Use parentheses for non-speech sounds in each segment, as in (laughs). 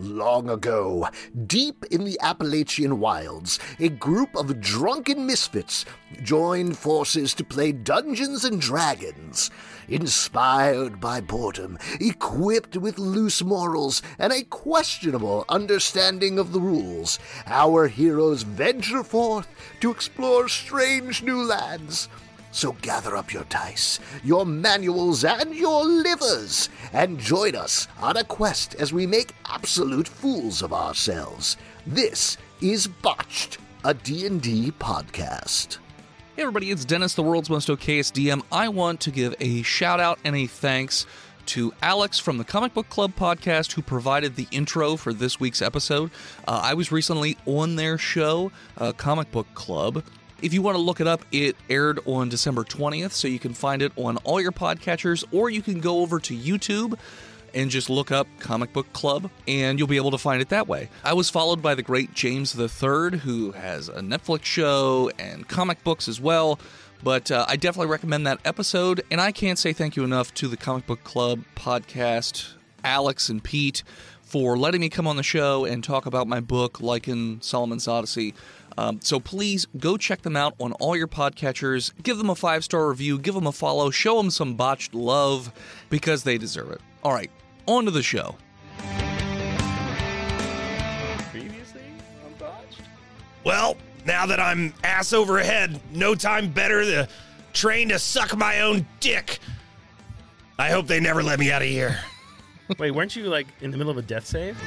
long ago, deep in the Appalachian wilds, a group of drunken misfits joined forces to play Dungeons and Dragons. Inspired by boredom, equipped with loose morals, and a questionable understanding of the rules, our heroes venture forth to explore strange new lands. So gather up your dice, your manuals, and your livers, and join us on a quest as we make absolute fools of ourselves. This is Botched, a D&D podcast. Hey everybody, it's Dennis, the world's most okayest DM. I want to give a shout out and a thanks to Alex from the Comic Book Club podcast, who provided the intro for this week's episode. Uh, I was recently on their show, uh, Comic Book Club. If you want to look it up, it aired on December 20th, so you can find it on all your podcatchers, or you can go over to YouTube and just look up Comic Book Club, and you'll be able to find it that way. I was followed by the great James III, who has a Netflix show and comic books as well. But uh, I definitely recommend that episode, and I can't say thank you enough to the Comic Book Club podcast, Alex and Pete, for letting me come on the show and talk about my book, Lycan Solomon's Odyssey. Um, so please go check them out on all your podcatchers. Give them a five star review, give them a follow, show them some botched love because they deserve it. All right, on to the show. previously on Botched? Well, now that I'm ass over head, no time better to train to suck my own dick. I hope they never let me out of here. Wait, weren't you like in the middle of a death save?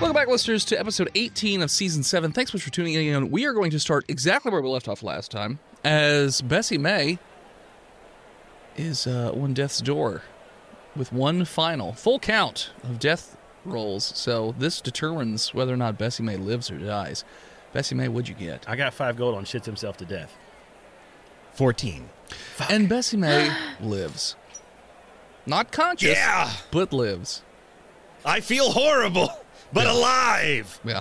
Welcome back, listeners, to episode 18 of season 7. Thanks so much for tuning in. We are going to start exactly where we left off last time, as Bessie May is uh, on death's door with one final full count of death rolls. So this determines whether or not Bessie May lives or dies. Bessie May, what'd you get? Ah, I got five gold on shits himself to death. 14. And Bessie May (gasps) lives. Not conscious, Yeah, but lives. I feel horrible, but alive. Yeah.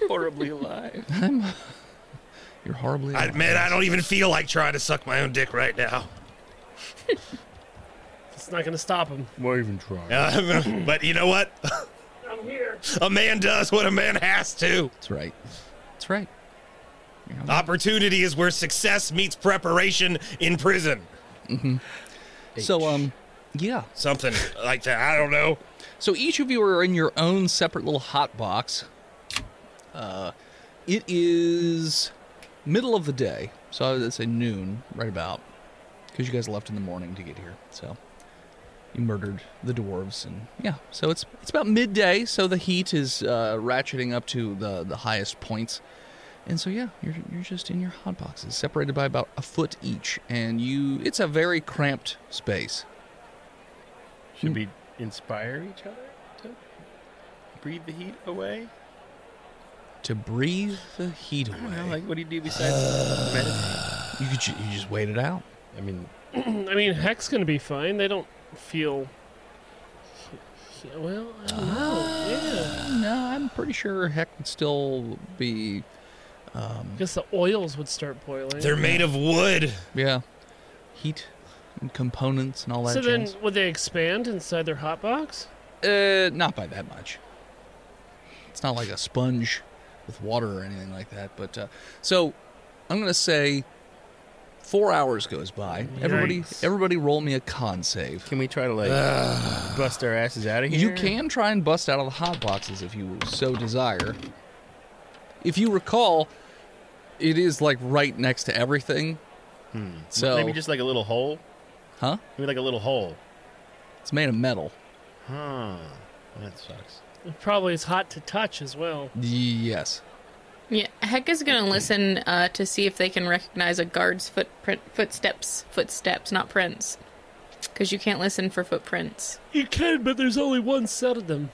(laughs) Horribly alive. You're horribly. I alive. admit, I don't even feel like trying to suck my own dick right now. It's not gonna stop him. Won't even try. Uh, (laughs) but you know what? I'm here. A man does what a man has to. That's right. That's right. Opportunity is where success meets preparation in prison. So um, yeah. Something like that. I don't know. So each of you are in your own separate little hot box. Uh, it is middle of the day, so I would say noon, right about, because you guys left in the morning to get here. So you murdered the dwarves, and yeah. So it's it's about midday, so the heat is uh, ratcheting up to the the highest points. And so yeah, you're you're just in your hot boxes, separated by about a foot each, and you it's a very cramped space. Should we inspire each other to breathe the heat away? To breathe the heat away. I don't know, like what do you do besides meditate? You could ju- you just wait it out. I mean, I mean, Heck's gonna be fine. They don't feel. Yeah, Well, I don't know. Oh, No, I'm pretty sure Heck would still be. Yeah, Mm. I guess the oils would start boiling. They're made of wood. Yeah, heat and components and all that. so then, jazz. would they expand inside their hot box? uh, not by that much. It's not like a sponge with water or anything like that. But uh, so I'm gonna say four hours goes by. Everybody, Yikes. everybody, roll me a con save. can we try to (sighs) like bust our asses out of here? You can try and bust out of the hot boxes if you so desire. If you recall, it is like right next to everything. So maybe just like a little hole. Huh? Maybe like a little hole. It's made of metal. Huh. That sucks. It probably is hot to touch as well. Yes. Yeah, Heck is gonna listen uh, to see if they can recognize a guard's footprint, footsteps, footsteps, not prints, because you can't listen for footprints. You can, but there's only one set of them.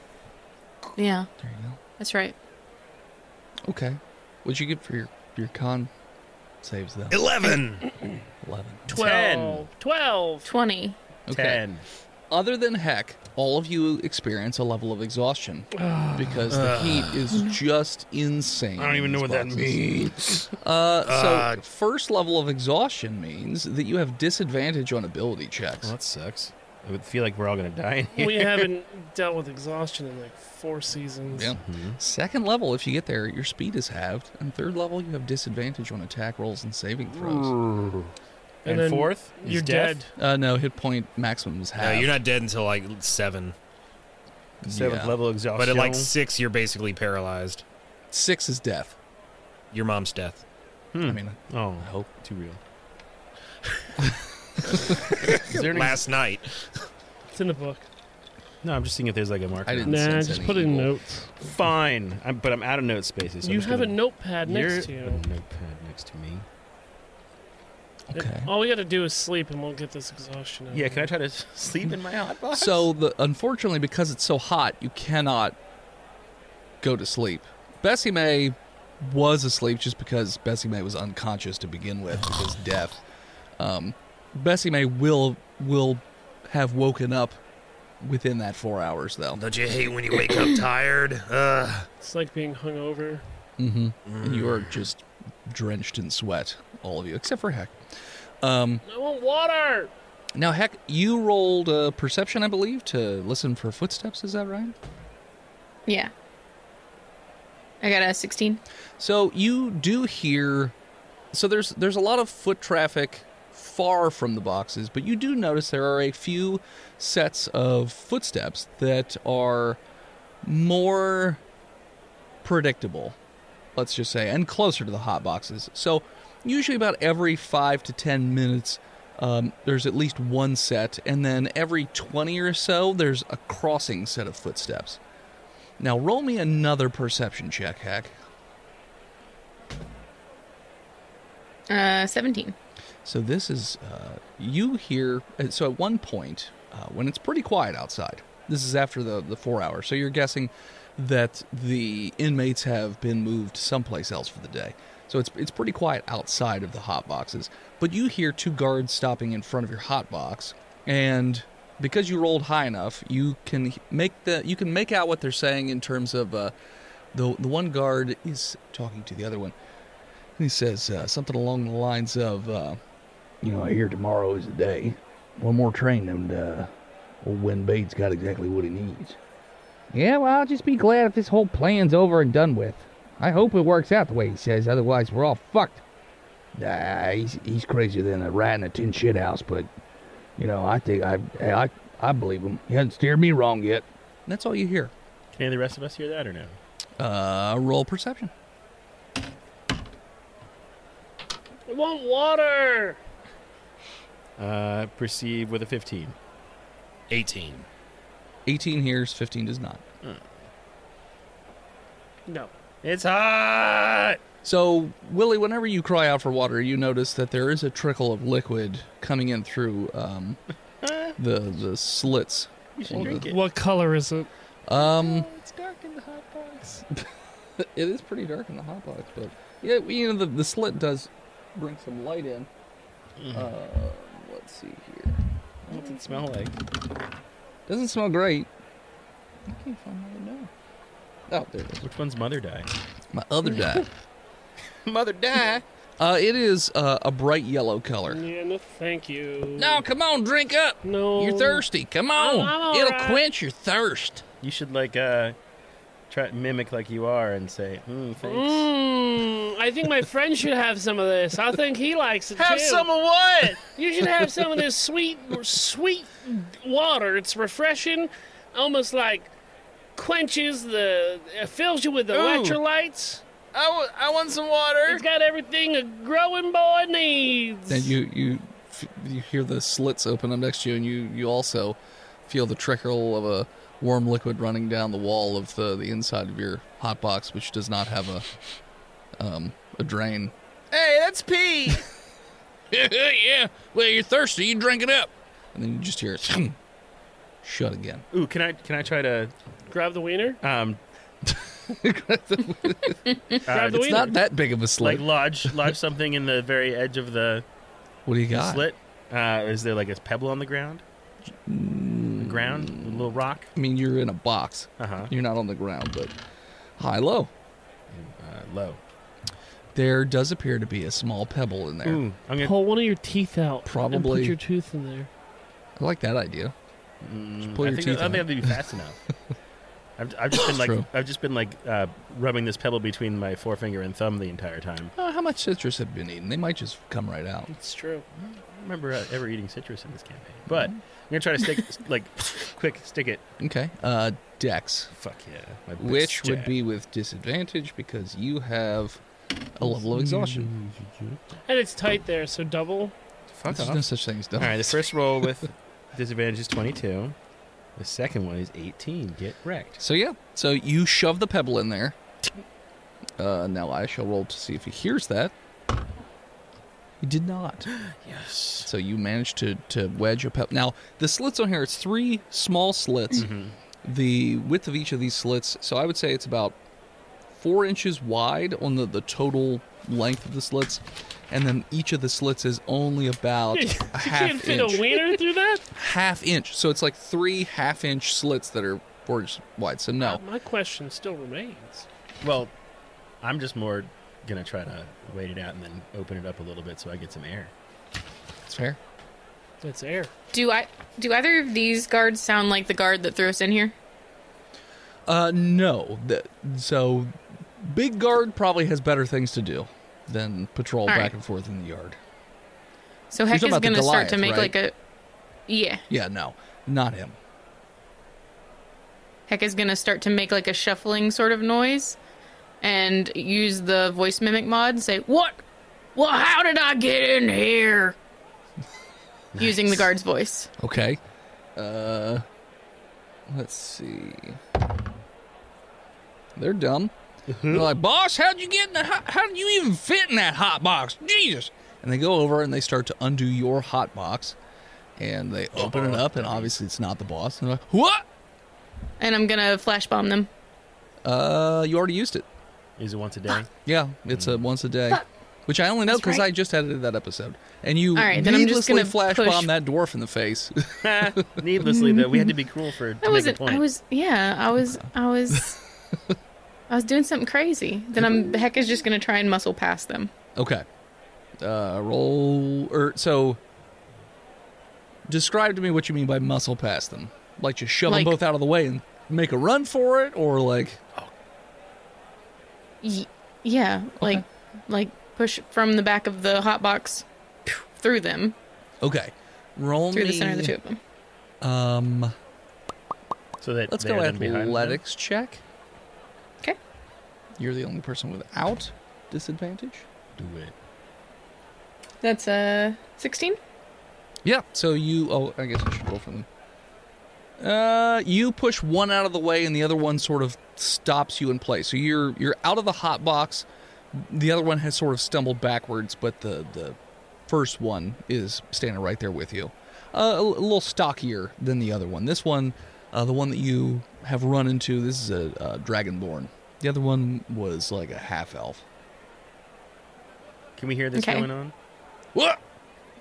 Yeah, There you that's right. go. Okay. What'd you get for your, your con saves though? 11. 11. Ten. Twelve. (laughs) Twelve. Twenty. Okay. Ten. Other than heck, all of you experience a level of (sighs) exhaustion because the heat is just insane. I don't even know what that means. Uh, so, Uh, first level of exhaustion means that you have disadvantage on ability checks. sucks. I would feel like we're all gonna die in here. we haven't dealt with exhaustion in like four seasons. Yeah. Hmm. Second level, if you get there, your speed is halved, and third level, you have disadvantage on attack rolls and saving throws. Hmm. And And, then fourth, is You're death. dead. Uh, no, hit point maximum was No, halved. you're not dead until like seven, Seventh Yeah. level exhaustion. but at like six, you're basically paralyzed. Six is death. Your mom's death. Hmm. I mean, oh, I hope. too (laughs) real. is there an ex- Last night, It's in the book. no, I'm just seeing if there's like a marker. I on didn't it. Nah, sense just any put it in evil. notes. Fine, I'm, but I'm out of note spaces. so I'm you just have a gonna- notepad next to You're- you. A notepad next to me. Okay. All we got to do is sleep, and we'll get this exhaustion. out. Yeah, can I try to s- sleep in my hotbox? So, the, unfortunately, because it's so hot, you cannot go to sleep. Bessie May was asleep just because Bessie May was unconscious to begin with because death. Um, Bessie May will will have woken up within that four hours, though. don't you hate when you wake up tired? Ugh. It's like being hungover. Mm-hmm. And you are just drenched in sweat, all of you, except for Heck. Um, I want water. now, Heck, you rolled uh, perception, I believe, to listen for footsteps. Is that right? Yeah. I got a 16. So you do hear so there's there's a lot of foot traffic far from the boxes, but you do notice there are a few sets of footsteps that are more predictable, let's just say, and closer to the hot boxes. So usually about every five to ten minutes, um, there's at least one set, and then every twenty or so, there's a crossing set of footsteps. Now roll me another perception check, Hack. Uh, 17. So this is uh, you hear. uh, So at one point, uh, when it's pretty quiet outside, this is after the the four hours. So you're guessing that the inmates have been moved someplace else for the day. So it's it's pretty quiet outside of the hot boxes. But you hear two guards stopping in front of your hot box, and because you rolled high enough, you can h- make the you can make out what they're saying in terms of uh, the the one guard is talking to the other one. He says uh, something along the lines of, uh, "You know, I hear tomorrow is the day. One more train, and uh, old Win Bates got exactly what he needs." Yeah, well, I'll just be glad if this whole plan's over and done with. I hope it works out the way he says, otherwise, we're all fucked. Nah, he's he's crazier than a rat in a tin shit house, but you know, I think I I I believe him. He hasn't steered me wrong yet. And that's all you hear. (laughs) can any of the rest of us hear that or no? Uh, roll perception. I want water. Uh, perceive with a 15. eighteen. 18 hears, 15 does not. No. It's hot. So, Willie, whenever you cry out for water, you notice that there is a trickle of liquid coming in through (laughs) um, the the slits. You Hold should drink it. What color is it? Um, It's dark in the hot box. it is pretty dark in the hot box, but yeah, you know the, the slit does bring some light in. Mm-hmm. Uh, let's see here. What's it smell like? Doesn't smell great. I can't find my other die. Oh, there it is. Which one's mother die? My other die. (laughs) mother die. (laughs) uh, it is uh, a bright yellow color. Yeah, no, thank you. No, come on, drink up. No. You're thirsty. Come I'm- on. I'm all It'll right. quench your thirst. You should like uh, try mimic like you are and say, mm, thanks. Mmm. I think my friend should have some of this. I think he likes it too. of what? You should have some of this sweet, sweet water. It's refreshing, almost like quenches the, it fills you with electrolytes. I, w- I want some water. It's got everything a growing boy needs. Then you you f- you hear the slits open up next to you, and you you also feel the trickle of a warm liquid running down the wall of the the inside of your hot box, which does not have a um a drain. Hey, that's pee. (laughs) yeah. Well, you're thirsty. You drink it up, and then you just hear it (clears throat) shut again. Ooh, can I can I try to grab the wiener. um Grab the It's wiener. not that big of a like slit. lodge (laughs) lodge something in the very edge of the what do you the got? slit? Uh, is there like a pebble on the ground? Mm. The ground, a little rock. I mean, you're in a box. Uh-huh. You're not on the ground, but high low. Uh, low. There does appear to be a small pebble in there. Ooh, I'm gonna Pull one of your teeth out. and Probably. put your tooth in there. I like that idea. Mm, pull I your think teeth I don't out. think I'd be fast enough. (laughs) I've, I've just been like True. I've just been like uh, rubbing this pebble between my forefinger and thumb the entire time. Uh, how much citrus have you been eating? They might just come right out. It's true. I don't remember uh, ever eating citrus in this campaign, but I'm gonna try to stick (laughs) like quick stick it. Okay. Uh, Dex, Fuck yeah, my big which would stick. be with disadvantage because you have a level of exhaustion. And it's tight there, so double. (laughs) fuck Mm, There's off. no such thing as All double. right, the first roll with disadvantage is 22. The second one is 18. Get wrecked. So yeah, so you shove the pebble in there. Uh, now I shall roll to see if he hears that. He did (gasps) not. Yes. So you managed to to wedge a pebble. Now the slits on here, it's three small slits. Mm-hmm. The width of each of these slits. So I would say it's about four inches wide on the the total length of the slits, and then each of the slits is only about (laughs) you a half can't fit inch. (laughs) a wiener through that? half inch. So it's like three half inch slits that are four inches wide. So no. My question still remains. Well, I'm just more going to try to wait it out and then open it up a little bit so I get some air. That's fair. That's air. Do I? Do either of these guards sound like the guard that threw us in here? Uh, no. Th- so, Big Guard probably has better things to do than patrol All back right. and forth in the yard. So You're Heck talking is about the gonna start to Goliath, make right? like a. Yeah, Yeah, no, not him. Heck is gonna start to make like a shuffling sort of noise, and use the voice mimic mod and say, "What? Well, how did I get in here?" Using the guard's voice. Okay. Uh, let's see. They're dumb. They're like, boss, how'd you get in the? Hot, how did you even fit in that hot box? Jesus! And they go over and they start to undo your hot box, and they open it up, and obviously it's not the boss. And they're like, what? and I'm gonna flash bomb them. Uh, you already used it. Is it once a (laughs) day? Yeah, it's a once a day, which I only know That's because right. I just edited that episode. And you All right, then I'm just needlessly gonna flash push- bomb that dwarf in the face. (laughs) Needlessly, though, we had to be cruel for (laughs) I to make a wasn't. point. I was. Yeah, I was. I was. I was doing something crazy. Then I'm. The heck is just gonna try and muscle past them. okay, uh, roll or so. Describe to me what you mean by muscle past them. Like just shove Like- them both out of the way and make a run for it, or like Y- yeah, like, like push from the back of the hot box phew, through them, okay, roll through me. the center of the two of them. Um, so that let's they're go then behind them? athletics check. Okay. You're the only person without disadvantage. Do it. That's a sixteen. Yeah. So you. Oh, I guess I should roll for them. Uh, you push one out of the way, and the other one sort of stops you in place. So you're you're out of the hot box. The other one has sort of stumbled backwards, but the the first one is standing right there with you. Uh, a, l- a little stockier than the other one. This one, uh, the one that you have run into, this is a, uh dragonborn. The other one was like a half elf. Can we hear this Okay. going on? What?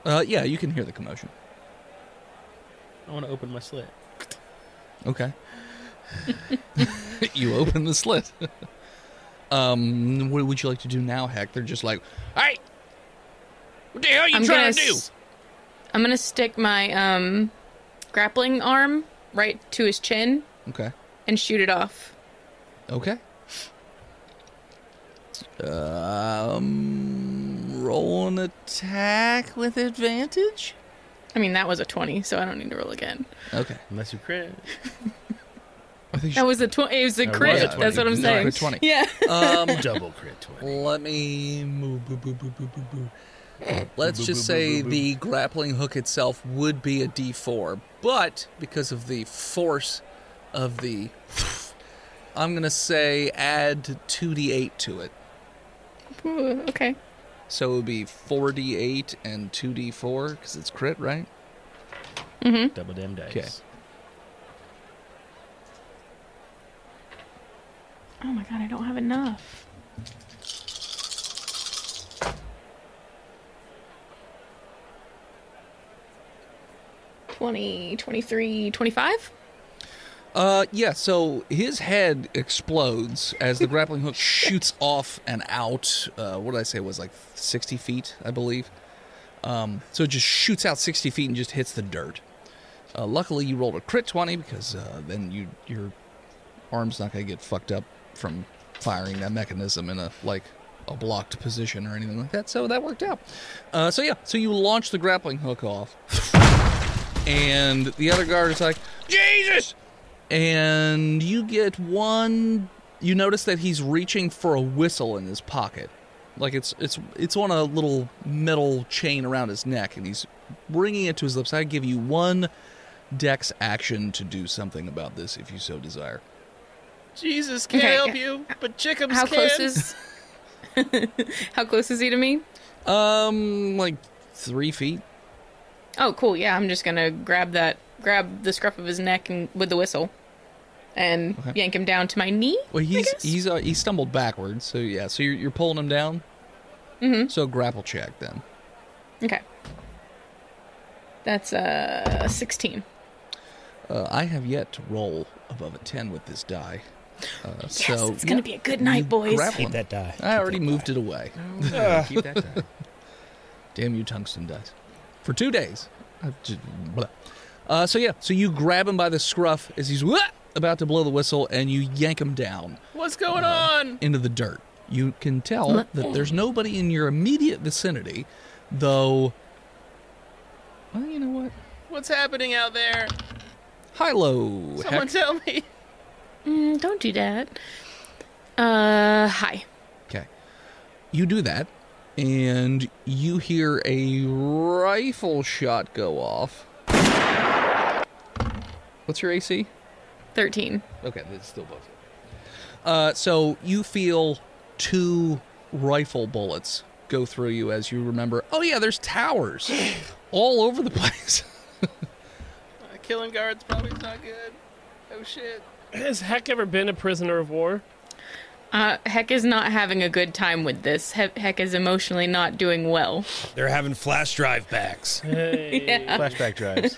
Uh, yeah, you can hear the commotion. I want to open my slit. Okay. (laughs) you open the slit. (laughs) um, what would you like to do now, Heck? They're just like, hey, what the hell you I'm trying gonna. to do? s- I'm gonna stick my um, grappling arm right to his chin Okay. and shoot it off. Okay. Um, roll an attack with advantage. I mean, that was a twenty, so I don't need to roll again. Okay. Unless you crit. I think That was a tw- it was a was crit. a 20. That's what I'm Nice. saying. Crit 20. Yeah. (laughs) um, Double crit 20. Let me move. Boo, boo, boo, boo, boo, boo. Let's just say the grappling hook itself would be a D4, but because of the force of the, I'm gonna say add 2D8 to it. Ooh, okay. So it would be 4D8 and 2D4 because it's crit, right? Hmm? Double damn dice. Okay. Oh my god, I don't have enough. Twenty, twenty-three, twenty-five. Uh, yeah. So his head explodes as the grappling hook shoots off and out. Uh, what did I say? It was like sixty feet, I believe. Um, so it just shoots out sixty feet and just hits the dirt. Uh, luckily, you rolled a crit 20 because uh, then you your arm's not going to get fucked up from firing that mechanism in a like a blocked position or anything like that. So that worked out. Uh, so yeah, so you launch the grappling hook off, and the other guard is like, "Jesus!" And you get one. You notice that he's reaching for a whistle in his pocket, like it's it's it's on a little metal chain around his neck, and he's bringing it to his lips. I give you one dex action to do something about this if you so desire. Jesus can't Okay. help you, but Chickums How can. close is How close is (laughs) he to me? Um, like three feet. Oh, cool. Yeah, I'm just gonna grab that, grab the scruff of his neck and with the whistle, and Okay. yank him down to my knee. Well, he's guess. he's uh, he stumbled backwards. So yeah, so you're, you're pulling him down. Mm-hmm. So grapple check then. Okay, that's uh 16. Uh, I have yet to roll above a ten with this die. Uh, Yes, so it's gonna be a good night, boys. Grapple Keep him. that die. I already moved it (laughs) away. Keep that down. Damn you, tungsten dice. For two days. I just- blah. Uh, so yeah, so you grab him by the scruff as he's "Wah!" about to blow the whistle, and you yank him down. uh, What's going on? into the dirt. You can tell that there's nobody in your immediate vicinity, though. Well, you know what? What's happening out there? Hilo. Someone Heck. tell me. Mm, don't do that. Uh, hi. Okay. You do that, and you hear a rifle shot go off. What's your AC? 13. Okay, that's still both. Uh, so you feel two rifle bullets go through you as you remember. Oh yeah, there's (gasps) towers all over the place. Uh, killing guards probably is not good. Oh shit. Has Heck ever been a prisoner of war? Uh, Heck is not having a good time with this. He- Heck is emotionally not doing well. They're having flash drive backs. Hey. Flashback drives.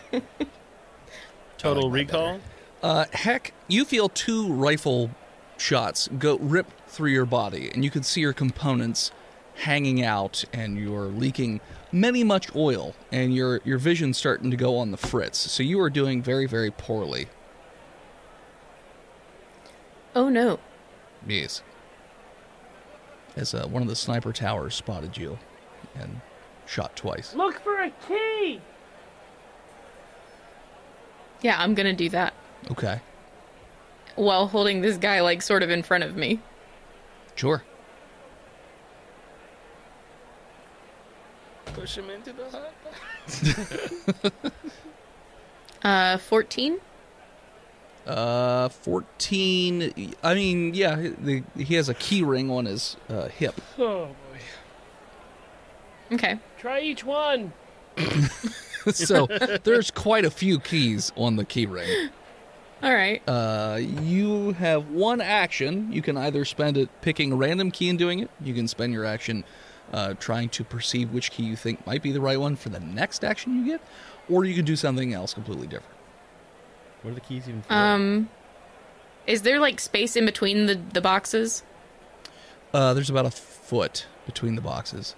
Total recall. Uh, heck, you feel two rifle shots go rip through your body, and you can see your components hanging out, and you're leaking many much oil, and your your vision's starting to go on the fritz. So you are doing very very poorly. Oh no. Yes. As uh, one of the sniper towers spotted you, and shot twice. Look for a key. Yeah, I'm gonna do that Okay. while holding this guy, like, sort of in front of me. Sure. Push him into the hut. Uh, 14? Uh, fourteen. I mean, yeah, the, he has a key ring on his uh, hip. Oh boy. Okay. Try each one. (laughs) so there's quite a few keys on the key ring. All right. Uh, you have one action. You can either spend it picking a random key and doing it. You can spend your action uh, trying to perceive which key you think might be the right one for the next action you get, or you could do something else completely different. What are the keys even for? Um, is there, like, space in between the, the boxes? Uh, there's about a foot between the boxes.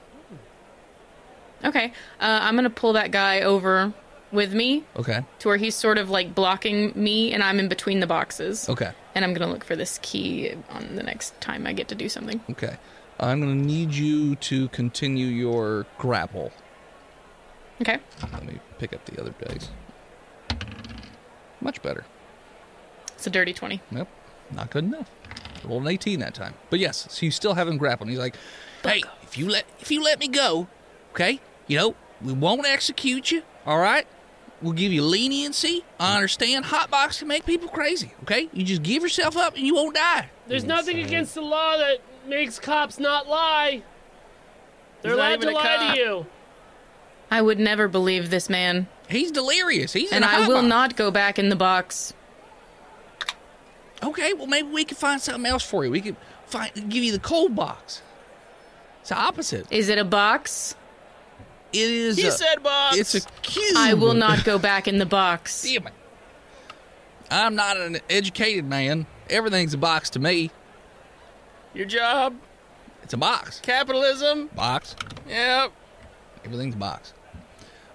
Okay. Uh, I'm gonna pull that guy over with me Okay. to where he's sort of, like, blocking me and I'm in between the boxes. Okay. And I'm gonna look for this key on the next time I get to do something. Okay. I'm gonna need you to continue your grapple. Okay. Let me pick up the other dice. Much better. It's a dirty 20. Nope, not good enough. Rolled an 18 that time. But yes, so you still have him grappled. He's like, "Hey, if you let if you let me go, okay, you know we won't execute you. All right, we'll give you leniency. I understand hotbox can make people crazy. Okay, you just give yourself up and you won't die. There's nothing against the law that makes cops not lie. They're He's not allowed even to a lie cop. to you. I would never believe this man. He's delirious. He's and in a I will hotbox. not go back in the box. Okay, well maybe we can find something else for you. We could find give you the cold box. It's the opposite. Is it a box? It is. He a, said box. it's a cube. I will not go back in (laughs) the box. Damn it. I'm not an educated man. Everything's a box to me. Your job, It's a box. capitalism. Box. Yep. Everything's a box.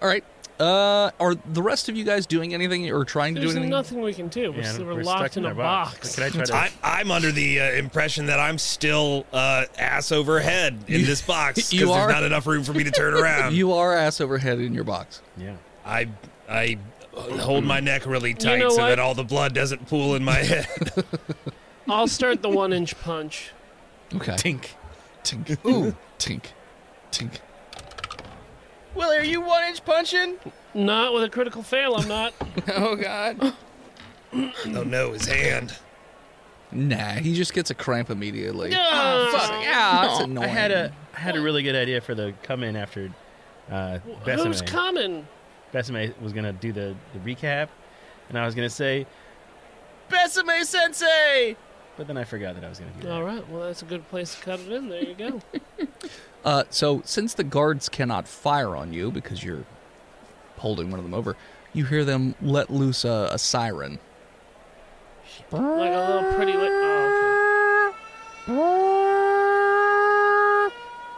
All right. Uh, are the rest of you guys doing anything or trying to There's do anything? nothing we can do. We're, Yeah, s- we're we're locked stuck in in a our box. box. Can I try to? I, I'm under the uh, impression that I'm still uh, ass over head in this (laughs) box You because are? there's not enough room for me (laughs) to turn Um, around. You are ass over head in your box. yeah. I I hold my neck really tight know so what? that all the blood doesn't pool in my (laughs) head. I'll start the one inch punch. Okay. Tink, (laughs) tink, ooh, tink, tink. Willie, are you one inch punching? Not with a critical fail, I'm not. Oh God. oh no, his (laughs) hand. Nah, he just gets a cramp immediately. Oh, Ah, Fuck. Yeah, that's I annoying. had a I had a really good idea for the come in after uh, Who's Besame. coming? Besame was gonna do the, the recap, and I was gonna say, Besame Sensei. but then I forgot that I was gonna do that. All right, well, that's a good place to cut it in. There you go. Uh, so since the guards cannot fire on you because you're holding one of them over, you hear them let loose a, a siren. like a little pretty li- oh,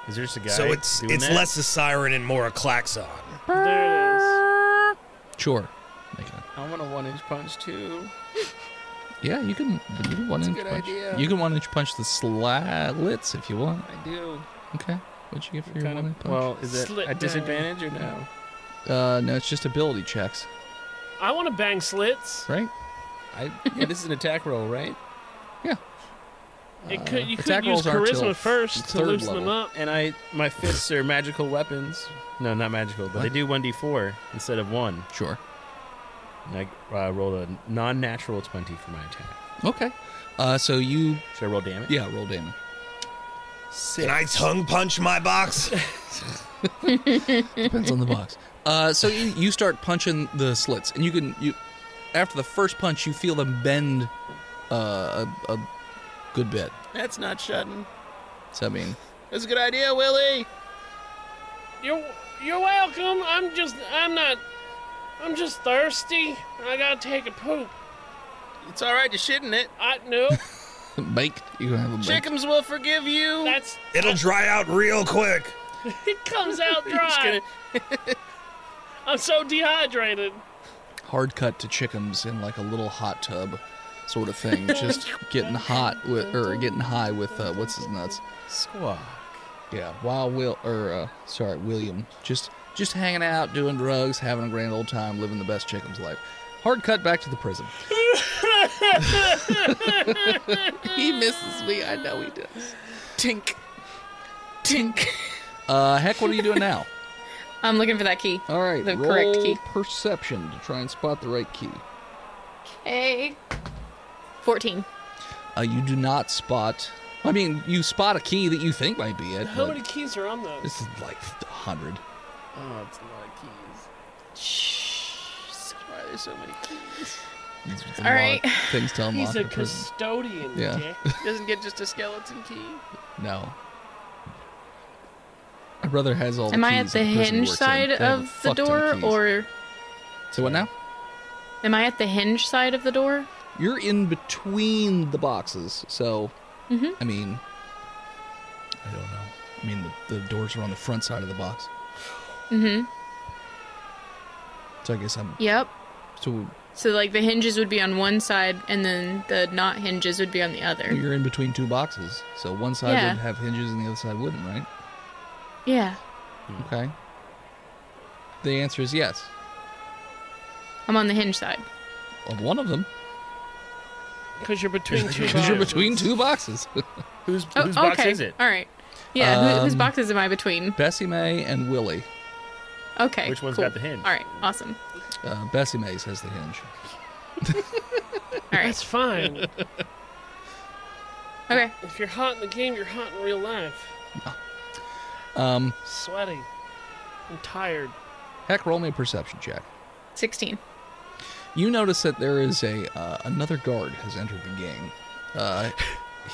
Is there just a guy? so it's doing it's that? less a siren and more a klaxon. okay. There it is. Sure. Make it. I want a one inch punch too. Yeah, you can. You can one That's a inch good punch. idea. You can one inch punch the slits if you want. I do. Okay. What'd you get for your Kind one inch of. punch? Well, is it Slit a down. disadvantage or no? uh, no, it's just ability checks, I want to bang slits. right? I. Yeah, this is an attack roll, right? It could you attack could rolls use aren't Uh, till charisma first to third loosen them level. up. And I, my fists are magical weapons. No, not magical, but they What? do one d four instead of one. (laughs) Sure. And I uh, rolled a non-natural twenty for my attack. Okay. Uh, so you Should I roll damage? yeah roll damage. Can I tongue punch my box? Depends on the box. Uh, so you, you start punching the slits, and you can you after the first punch, you feel them bend uh, a, a good bit. That's not shutting. So I mean, That's a good idea, Willie. You're you're welcome. I'm just I'm not I'm just thirsty. I gotta take a poop. It's all right. You're shitting it. I (laughs) no. baked. You can have a baked. Chickums will forgive you. That's It'll dry out real quick. it comes out You're just dry. (laughs) I'm so dehydrated. hard cut to chickens in like a little hot tub sort of (laughs) thing. Just getting hot with or getting high with uh, what's his nuts. Squaw. Yeah, Wild Will or uh, sorry, William. Just just hanging out, doing drugs, having a grand old time, living the best chicken's life. Hard cut back to the prison. (laughs) He misses me. I know he does. Tink. (laughs) Tink. Uh, heck, what are you doing now? I'm looking for that key. All right, (laughs) The roll correct key. perception to try and spot the right key. Hey. 14. Uh, you do not spot. I mean, you spot a key that you think might be it. How but many keys are on those? This is like a hundred. Oh, it's a lot of keys. Shh. Why are there so many keys? It's a All lot of right. things (laughs) to unlock. He's a in prison. custodian. Yeah. Dick. Doesn't get just a skeleton key. No. My brother has all. Am the keys I at the in prison he hinge works in. side They have a of the fuck ton door, keys. or so what now? am I at the hinge side of the door? You're in between the boxes, so Mm-hmm. I mean, I don't know. I mean, the, the doors are on the front side of the box, Mm-hmm. so I guess I'm. Yep. So So like the hinges would be on one side, and then the not hinges would be on the other. you're in between two boxes, so one side Yeah. would have hinges and the other side wouldn't, right? Yeah. Okay. The answer is yes. I'm on the hinge side. Of one of them, Because (laughs) you're between two. because you're boxes. between two boxes. (laughs) Who's, Oh, whose okay. box is it? All right. Yeah. who, whose Um, boxes am I between? Bessie May and Willie. Okay. Which one's cool. got the hinge? All right. Awesome. Uh, Bessie Mays has the hinge. All That's (laughs) right. fine. Okay. if you're hot in the game, you're hot in real life. Um, Sweaty. I'm tired. heck, roll me a perception check. Sixteen. You notice that there is a uh, another guard has entered the game. Uh,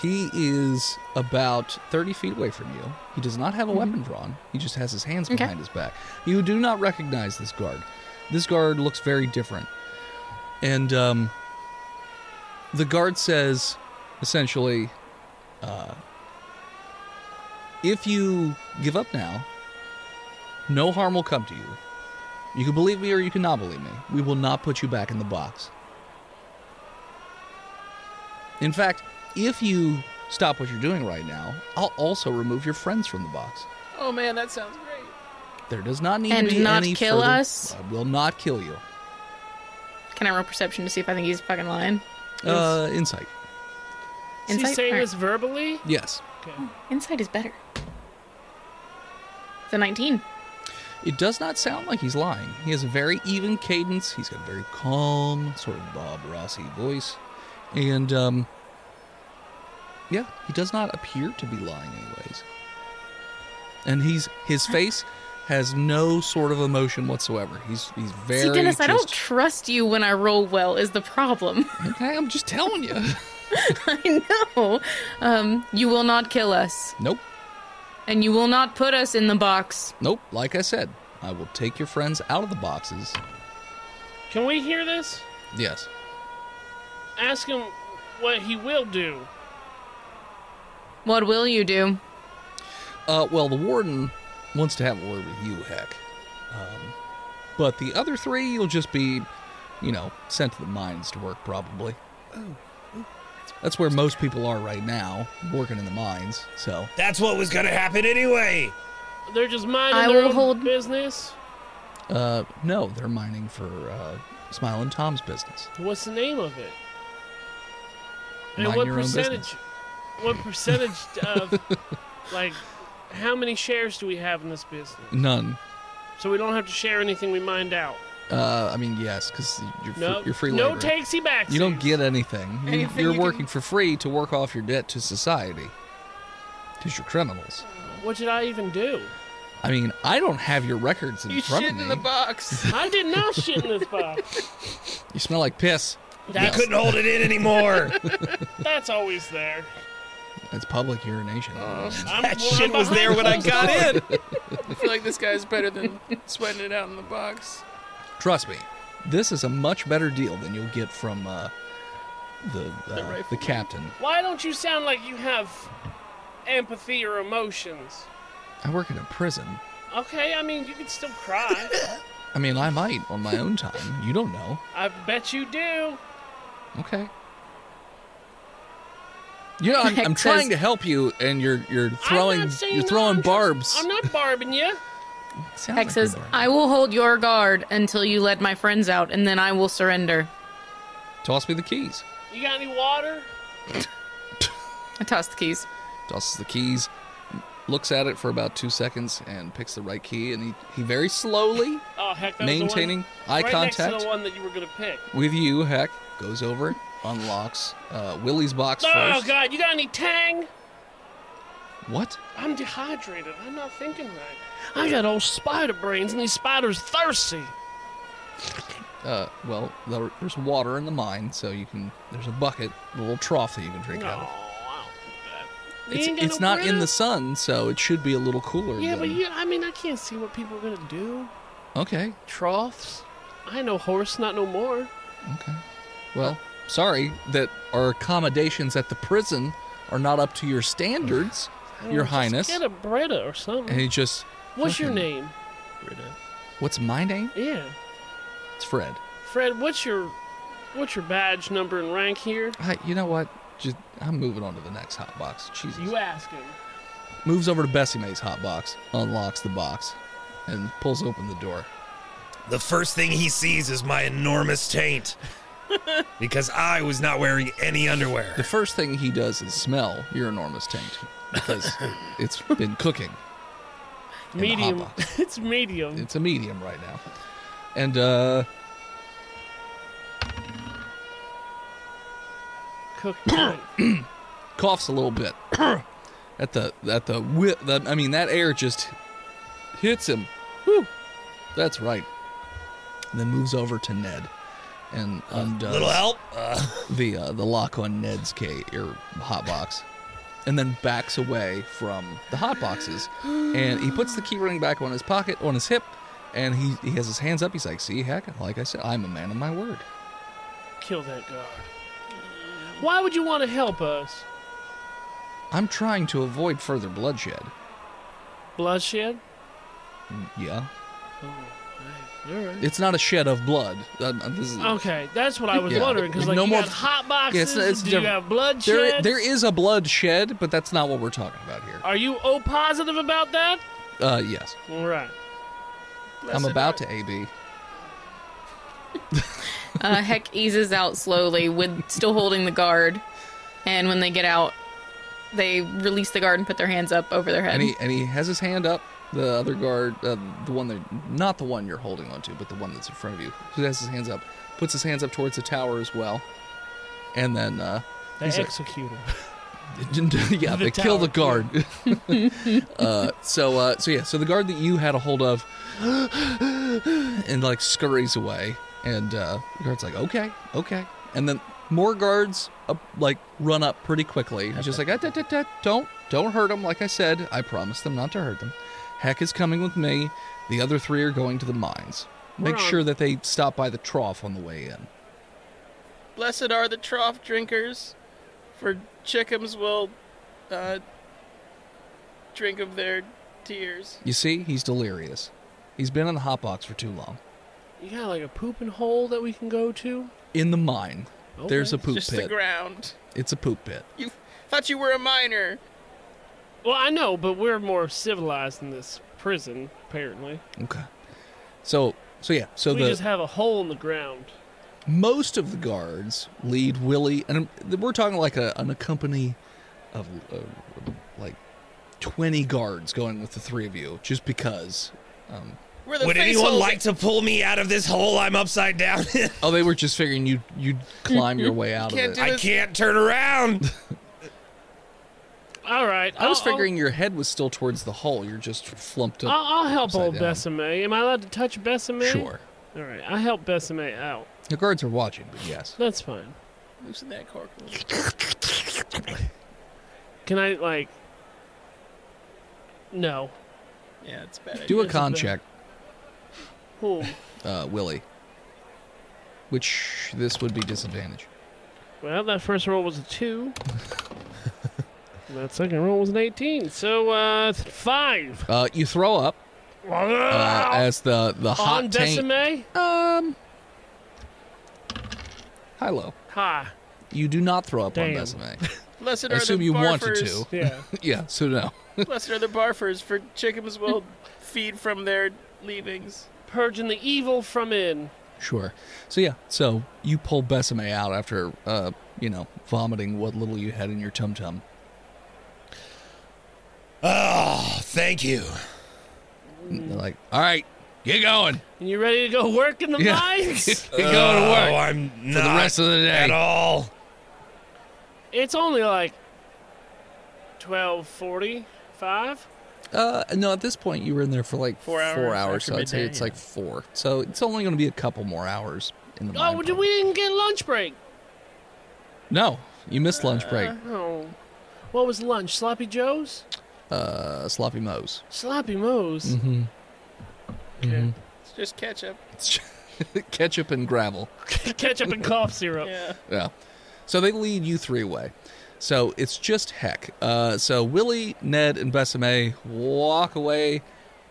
he is about thirty feet away from you. He does not have a weapon drawn. He just has his hands Okay. behind his back. You do not recognize this guard. This guard looks very different, and um, the guard says, essentially, uh, if you give up now, no harm will come to you. You can believe me or you cannot believe me. We will not put you back in the box. In fact, if you stop what you're doing right now, I'll also remove your friends from the box. Oh man, that sounds great. There does not need And to be not any kill further- us? I will not kill you. Can I roll perception to see if I think he's fucking lying? Uh, insight. Is he Insight? saying Alright. this verbally? Yes. Insight is better. The 19. It does not sound like he's lying. He has a very even cadence. He's got a very calm, sort of Bob Rossi voice. And, um, yeah, he does not appear to be lying, anyways. And he's his face has no sort of emotion whatsoever. He's he's very. See, Dennis, I don't just- trust you when I roll well, is the problem. (laughs) okay, I'm just telling you. (laughs) I know. Um, you will not kill us, nope, and you will not put us in the box. nope. Like I said, I will take your friends out of the boxes. Can we hear this? Yes. Ask him what he will do. What will you do? Uh, well, the warden wants to have a word with you, Heck. Um, but the other three, you'll just be, you know, sent to the mines to work, probably. That's where most people are right now, working in the mines. So, That's what was gonna happen anyway. They're just minding I their will own hold- business. uh, no, they're mining for uh, Smile and Tom's business. What's the name of it? And Mind what your own business. percentage? What percentage of (laughs) like how many shares do we have in this business? None. So we don't have to share anything we mined out. Uh, I mean, yes, because you're, fr- No, you're free no labor. takesy backsies. you don't get anything. You, Anything you're you can- working for free to work off your debt to society. Because you're criminals. What did I even do? I mean, I don't have your records in You front of shit me. in the box. I (laughs) did not shit in this box. You smell like piss. That's Couldn't hold it (laughs) in anymore. that's always there. It's public urination. I'm, That well, I'm shit was behind there when I closed got doors. in. I feel like this guy's better than sweating it out in the box. Trust me, this is a much better deal than you'll get from uh, the uh, The the, rifleman. captain. Why don't you sound like you have empathy or emotions? I work in a prison. Okay, I mean you can still cry. (laughs) I mean, I might on my own time. You don't know. I bet you do. Okay. You know, I'm, Heck I'm says- trying to help you, and you're you're throwing I'm not saying you're no, throwing I'm tr- barbs. I'm not barbing you. Sounds Heck like says, you're barbing. I will hold your guard until you let my friends out, and then I will surrender. toss me the keys. You got any water? I toss the keys. tosses the keys, looks at it for about two seconds, and picks the right key. And he, he very slowly, Oh heck, that maintaining was the eye one, right next contact to the one that you were gonna pick. with you, Heck, goes over, unlocks uh, Willie's box Oh first. god, you got any tang? What? I'm dehydrated. I'm not thinking right. I got old spider brains, and these spiders thirsty. Uh, well, there, there's water in the mine, so you can. There's a bucket, a little trough that you can drink No, out of. I don't think Oh, that. You It's, ain't got it's no not in the breath? sun, so it should be a little cooler. Yeah, but than- you, I mean, I can't see what people are gonna do. Okay, Troughs. I know horse, not no more. okay. Well, sorry that our accommodations at the prison are not up to your standards, Oh, Your just Highness. Get a Brita or something. and he just. What's your fucking- name? What's my name? Yeah, It's Fred. Fred. What's your what's your badge number and rank here? I, you know what? Just I'm moving on to the next hot box. Jesus. You ask him. Moves over to Bessie Mae's hot box, unlocks the box, and pulls open the door. The first thing he sees is my enormous taint. because I was not wearing any The underwear. first thing he does is smell your enormous taint because it's been cooking. in the hot Medium. box. (laughs) it's medium. It's a medium right now, and uh, Cooked. (coughs) meat. coughs a little bit (coughs) at the at the, wi- the I mean that air just hits him. Whew. That's right. And then moves over to Ned and undoes Little help? the uh, the lock on Ned's K or hot box, and then backs away from the hot boxes, and he puts the key ring back on his pocket on his hip, and he he has his hands up. He's like, "See, heck, like I said, I'm a man of my word." Kill that guard. Why would you want to help us? I'm trying to avoid further bloodshed. Bloodshed? Yeah. All right. It's not a shed of blood. Um, this is- Okay, that's what I was Yeah. wondering because like No you more- got hot boxes, Yeah, it's- it's do you different. have blood There, sheds? there is a blood shed, but that's not what we're talking about here. Are you O positive about that? Uh, yes, All right. I'm about to AB. Uh, Heck eases out slowly, with still holding the guard. And when they get out, they release the guard and put their hands up over their head. and he and he has his hand up. The other guard, uh, the one that not the one you're holding onto, but the one that's in front of you, who has his hands up, puts his hands up towards the tower as well, and then uh, They he's like- execute him. (laughs) yeah, they kill the guard. (laughs) uh, so uh, so yeah, so the guard that you had a hold of, (gasps) and like scurries away, and uh, the guard's like, okay, okay, and then more guards up, like run up pretty quickly, just like, "Ah, da, da, da, don't don't hurt them. Like I said, I promised them not to hurt them. Heck is coming with me. The other three are going to the mines. Make Wrong. sure that they stop by the trough on the way in. Blessed are the trough drinkers, for chickums will uh, drink of their tears. You see, he's delirious. He's been in the hot box for too long. You got like a pooping hole that we can go to. in the mine. There's a Okay. poop Just the pit. ground. it's a poop pit. You thought you were a miner. Well, I know, but we're more civilized in this prison, apparently. Okay. So so yeah, so we the just have a hole in the ground. most of the guards lead Willie, and we're talking like a, an accompany of uh, like twenty guards going with the three of you, just because. We're the Would face anyone holes. like to pull me out of this hole I'm upside down in? Oh, they were just figuring you you'd climb your way out of Can't it. do I this- can't turn around. All right. I was I'll- I'll- figuring your head was still towards the hole. You're just flumped up. I'll, I'll help upside old down. Besame. Am I allowed to touch Besame? Sure. All right. I help Besame out. The guards are watching, but yes. That's fine. Loosen that cork. a little. Can I like? No. Yeah, it's a bad. Do a idea. con check. Ooh. uh, Willie, which this would be disadvantage. Well, that first roll was a two. And that second roll was an eighteen. So uh, th- five. Uh, you throw up uh, as the the hot On tank. Besame. Um, high low. Ha. You do not throw up Damn. on (laughs) Besame. Blessed are I assume the you barfers. wanted (laughs) to. Yeah. (laughs) Yeah, so no. Blessed are the barfers, for chickens will feed from their leavings. (laughs) Purging the evil from in. Sure. So yeah, so you pull Besame out after uh, you know, vomiting what little you had in your tum tum. Oh, thank you. They're like, all right, get going. And you ready to go work in the Yeah. (laughs) mines? Get going to Oh, work I'm for not the rest of the day. at all. it's only like twelve forty-five. Uh, no, at this point you were in there for like Four Four hours hours, so after I'd say midday, it's yeah. like four. So it's only going to be a couple more hours in the. Oh, mine did pub. we didn't get lunch break. No, you missed lunch break. Uh. Oh, what was lunch? Sloppy Joe's. Uh, sloppy mo's. Sloppy Moe's. Mm-hmm. Mhm. It's just ketchup. It's just- (laughs) Ketchup and gravel. Ketchup and cough syrup. Yeah. Yeah. So they lead you three way. So it's just heck. Uh, so Willie, Ned, and Besame walk away.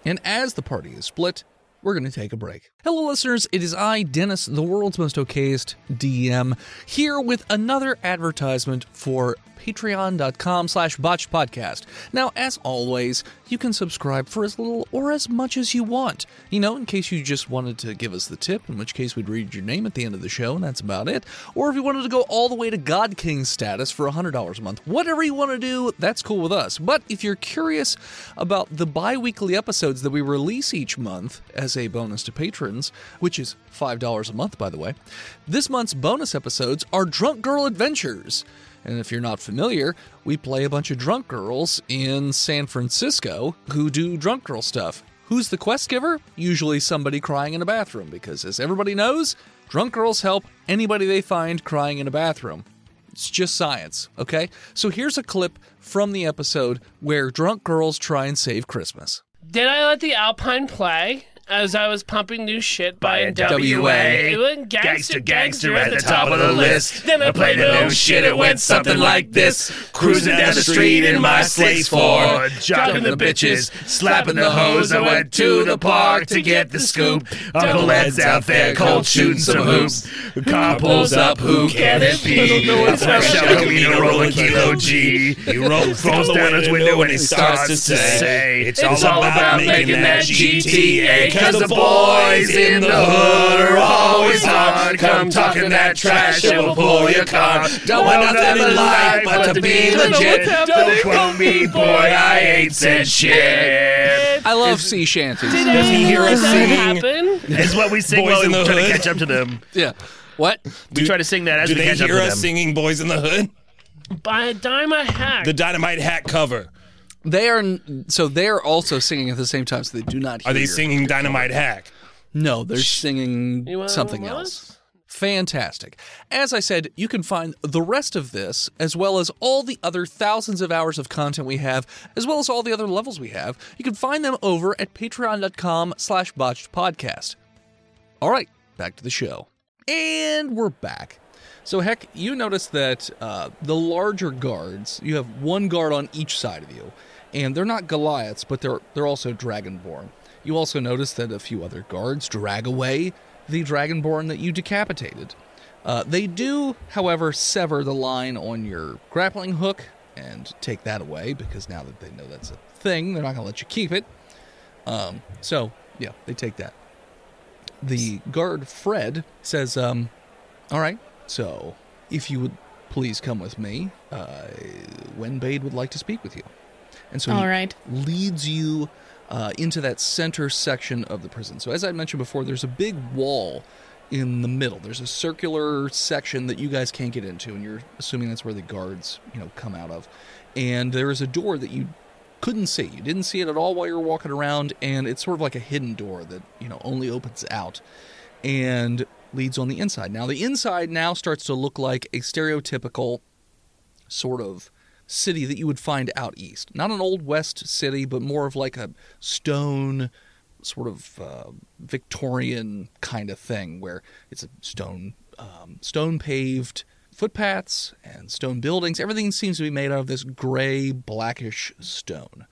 And as the party is split, we're going to take a break. Hello, listeners. It is I, Dennis, the world's most okayest DM, here with another advertisement for patreon.com slash botched podcast. Now, as always, you can subscribe for as little or as much as you want. You know, in case you just wanted to give us the tip, in which case we'd read your name at the end of the show, and that's about it. Or if you wanted to go all the way to God King status for $100 a month, whatever you want to do, that's cool with us. But if you're curious about the bi weekly episodes that we release each month as a bonus to patrons, which is $5 a month, by the way, this month's bonus episodes are Drunk Girl Adventures. And if you're not familiar, we play a bunch of drunk girls in San Francisco who do drunk girl stuff. Who's the quest giver? Usually somebody crying in a bathroom, because as everybody knows, drunk girls help anybody they find crying in a bathroom. It's just science, okay? So here's a clip from the episode where drunk girls try and save Christmas. Did I let the Alpine play? as I was pumping new shit by, By NWA. NWA. It went Gangster, gangster at the top of the list. Then I played the new shit. It went something like this: cruising down the street in my slates for, jocking the bitches, slapping the hoes. I went to the park to get the scoop. Uncle Ed's out there cold shooting some hoops. The car pulls up. Who can it be? A fresh out Camino rolling kilo G. He rolls throws down his window and he starts to say, "It's all about making that GTA." Cause the boys in the hood are always on. Come talking that trash and we'll pull your car. Don't want nothing in life but to be legit. Don't quote me, boy. I ain't said shit. I love sea shanties. Does he hear us sing? Happen? (laughs) Is what we sing Boys while in we the try to Hood. catch up to them. Yeah. What? We try to sing that as we catch up to them. singing "Boys in the Hood"? By a dime a hack. Dynamite Hat cover. They are n- so they are also singing at the same time, so they do not. Hear. singing Dynamite Hack? No, they're singing You wanna something know what? else. Fantastic. As I said, you can find the rest of this, as well as all the other thousands of hours of content we have, as well as all the other levels we have. You can find them over at patreon.com slash botched podcast. All right, back to the show. And we're back. So, heck, you notice that uh, the larger guards, you have one guard on each side of you, and they're not Goliaths, but they're, they're also Dragonborn. You also notice that a few other guards drag away the Dragonborn that you decapitated. Uh, they do, however, sever the line on your grappling hook and take that away because now that they know that's a thing, they're not going to let you keep it. Um, so, yeah, they take that the guard Fred says, um, "All right, so if you would please come with me, uh, Wenbade would like to speak with you." And so he All right. leads you uh, into that center section of the prison. So as I mentioned before, there's a big wall in the middle. There's a circular section that you guys can't get into, and you're assuming that's where the guards, you know, come out of. And there is a door that you couldn't see. You didn't see it at all while you were walking around, and it's sort of like a hidden door that, you know, only opens out and leads on the inside. Now, the inside now starts to look like a stereotypical sort of city that you would find out east. Not an old west city, but more of like a stone sort of uh, Victorian kind of thing, where it's a stone um, stone paved footpaths and stone buildings. Everything seems to be made out of this gray blackish stone.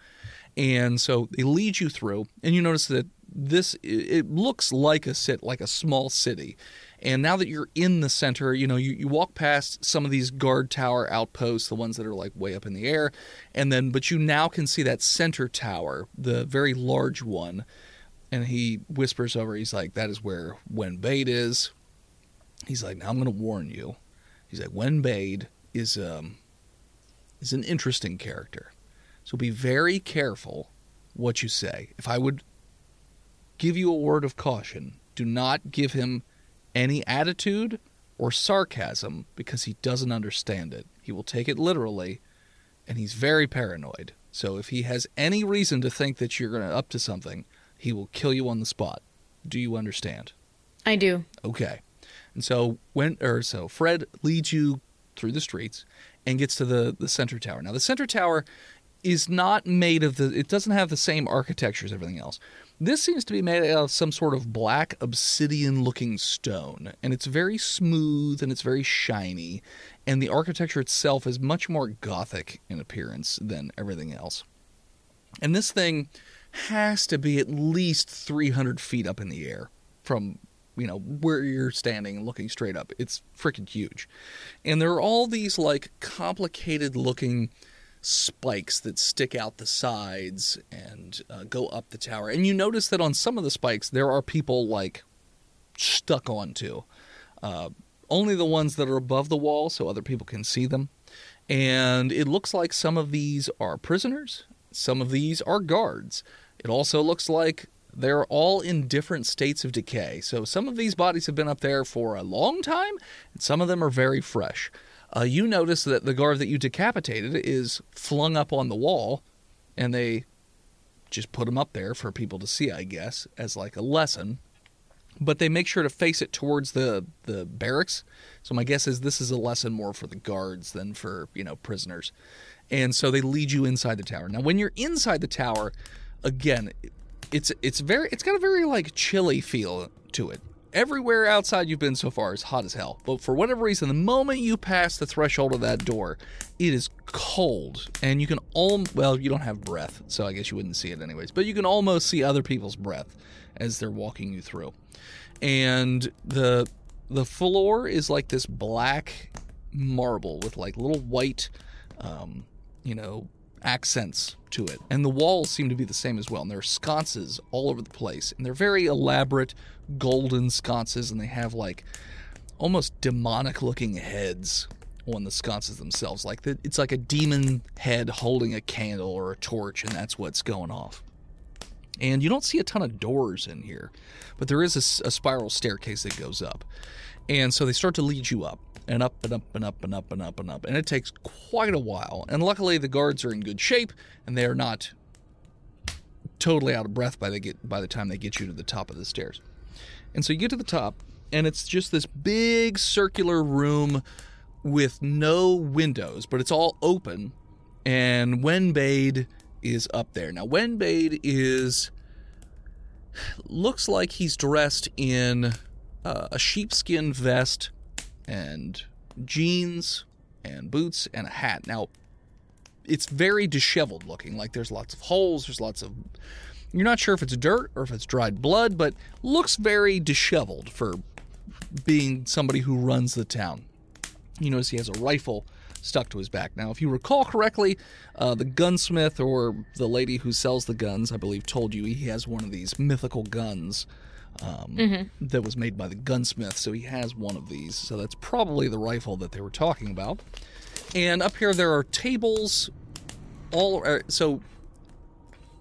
And so they lead you through, and you notice that this it- it looks like a sit like a small city. And now that you're in the center, you know, you, you walk past some of these guard tower outposts, the ones that are like way up in the air, and then but you now can see that center tower, the very large one. And he whispers over, he's like, That is where Wen Bait is. He's like, Now I'm gonna warn you. He's like, Wen Bade is um is an interesting character. So be very careful what you say. If I would give you a word of caution, do not give him any attitude or sarcasm because he doesn't understand it. He will take it literally and he's very paranoid. So if he has any reason to think that you're going to up to something, he will kill you on the spot. Do you understand? I do. Okay. And so when or so Fred leads you through the streets and gets to the the center tower. Now the center tower is not made of the it doesn't have the same architecture as everything else. This seems to be made out of some sort of black obsidian looking stone and it's very smooth and it's very shiny and the architecture itself is much more gothic in appearance than everything else. And this thing has to be at least 300 feet up in the air from, you know, where you're standing and looking straight up. It's freaking huge. And there are all these, like, complicated looking spikes that stick out the sides and uh, go up the tower. And you notice that on some of the spikes, there are people, like, stuck onto. Uh, only the ones that are above the wall so other people can see them. And it looks like some of these are prisoners, some of these are guards. It also looks like they're all in different states of decay. So some of these bodies have been up there for a long time, and some of them are very fresh. Uh, you notice that the guard that you decapitated is flung up on the wall, and they just put him up there for people to see, I guess, as like a lesson but they make sure to face it towards the the barracks. So my guess is this is a lesson more for the guards than for you know prisoners, and so they lead you inside the tower. Now, when you're inside the tower, again, it's it's very it's got a very like chilly feel to it. Everywhere outside you've been so far is hot as hell, but for whatever reason, the moment you pass the threshold of that door, it is cold, and you can all well you don't have breath, so I guess you wouldn't see it anyways. But you can almost see other people's breath as they're walking you through, and the the floor is like this black marble with like little white, um, you know, accents to it. And the walls seem to be the same as well. And there are sconces all over the place. And they're very elaborate golden sconces. And they have like almost demonic looking heads on the sconces themselves. Like the, it's like a demon head holding a candle or a torch. And that's what's going off. And you don't see a ton of doors in here, but there is a s a a spiral staircase that goes up. And so they start to lead you up and up and up and up and up and up and up. And it takes quite a while. And luckily, the guards are in good shape and they are not totally out of breath by the get by the time they get you to the top of the stairs. And so you get to the top, and it's just this big circular room with no windows, but it's all open. And Wenbade is up there now. Wenbade is looks like he's dressed in uh, a sheepskin vest and jeans and boots and a hat. Now, it's very disheveled looking. Like there's lots of holes, there's lots of. You're not sure if it's dirt or if it's dried blood, but looks very disheveled for being somebody who runs the town. You notice he has a rifle stuck to his back. Now, if you recall correctly, uh, the gunsmith or the lady who sells the guns, I believe, told you he has one of these mythical guns um, that was made by the gunsmith. So he has one of these. So that's probably the rifle that they were talking about. And up here there are tables. All uh, so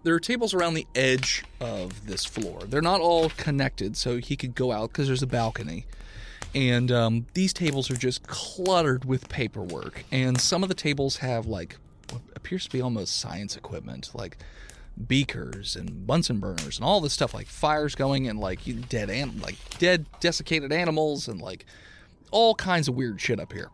there are tables around the edge of this floor. They're not all connected, so he could go out because there's a balcony. And um, these tables are just cluttered with paperwork. And some of the tables have like what appears to be almost science equipment, like beakers and Bunsen burners and all this stuff, like fires going and like you- dead and like dead desiccated animals and like all kinds of weird shit up here.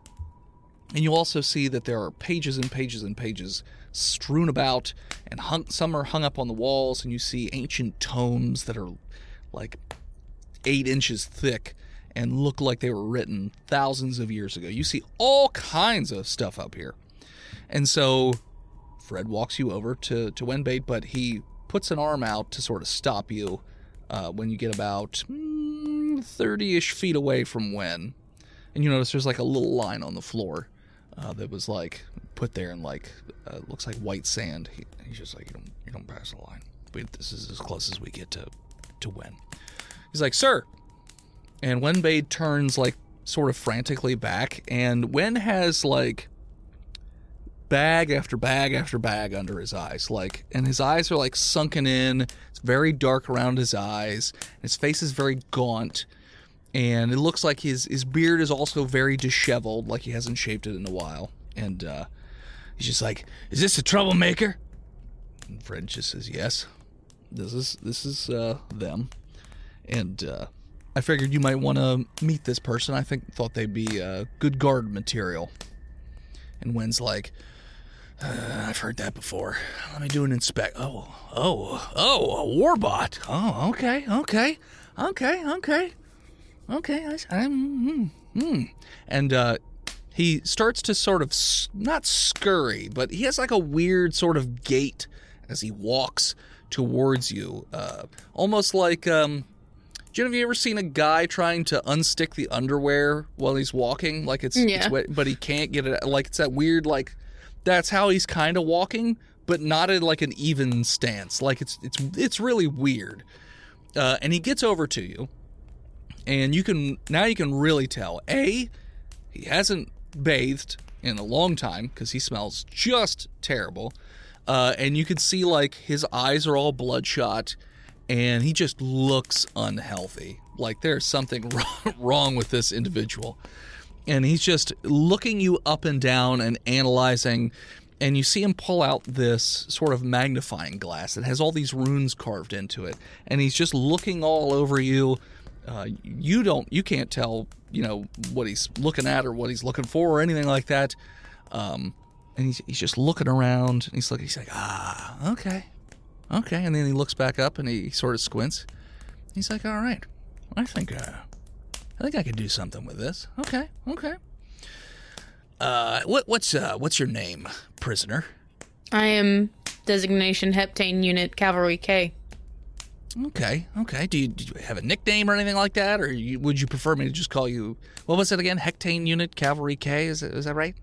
And you also see that there are pages and pages and pages strewn about, and hung, some are hung up on the walls, and you see ancient tomes that are like eight inches thick and look like they were written thousands of years ago. You see all kinds of stuff up here. And so Fred walks you over to, to Wenbait, but he puts an arm out to sort of stop you uh, when you get about mm, 30 ish feet away from Wen. And you notice there's like a little line on the floor uh, that was like put there in like, uh, looks like white sand. He, he's just like, you don't, you don't pass the line. We, this is as close as we get to, to Wen. He's like, sir, and Wenbade turns like sort of frantically back, and Wen has like bag after bag after bag under his eyes, like, and his eyes are like sunken in. It's very dark around his eyes. and His face is very gaunt, and it looks like his his beard is also very disheveled, like he hasn't shaved it in a while. And uh, he's just like, "Is this a troublemaker?" And Fred just says, "Yes, this is this is uh, them." and uh, I figured you might want to meet this person. I think thought they'd be uh, good guard material. And Wen's like, uh, I've heard that before. Let me do an inspect. Oh, oh, oh, a warbot. Oh, okay, okay, okay, okay, okay. I, I'm, hmm, hmm. And uh, he starts to sort of s- not scurry, but he has like a weird sort of gait as he walks towards you, uh, almost like um, Jen, have you ever seen a guy trying to unstick the underwear while he's walking? Like it's, it's Yeah. wet, but he can't get it. Like it's that weird, like that's how he's kind of walking, but not in like an even stance. Like it's it's it's really weird. Uh, and he gets over to you, and you can now you can really tell. A, he hasn't bathed in a long time because he smells just terrible. Uh, and you can see like his eyes are all bloodshot and he just looks unhealthy. Like there's something (laughs) wrong, wrong with this individual. And he's just looking you up and down and analyzing. And you see him pull out this sort of magnifying glass that has all these runes carved into it. And he's just looking all over you. Uh, you don't, you can't tell, you know, what he's looking at or what he's looking for or anything like that. Um, and he's, he's just looking around. And he's looking. He's like, ah, okay, okay. And then he looks back up and he sort of squints. He's like, all right, I think, uh, I think I could do something with this. Okay, okay. Uh, what, what's, uh, what's your name, prisoner? I am designation Heptane Unit Cavalry K. Okay, okay. Do you, do you have a nickname or anything like that, or you, would you prefer me to just call you? What was it again? Hectane Unit Cavalry K. Is it, is that right?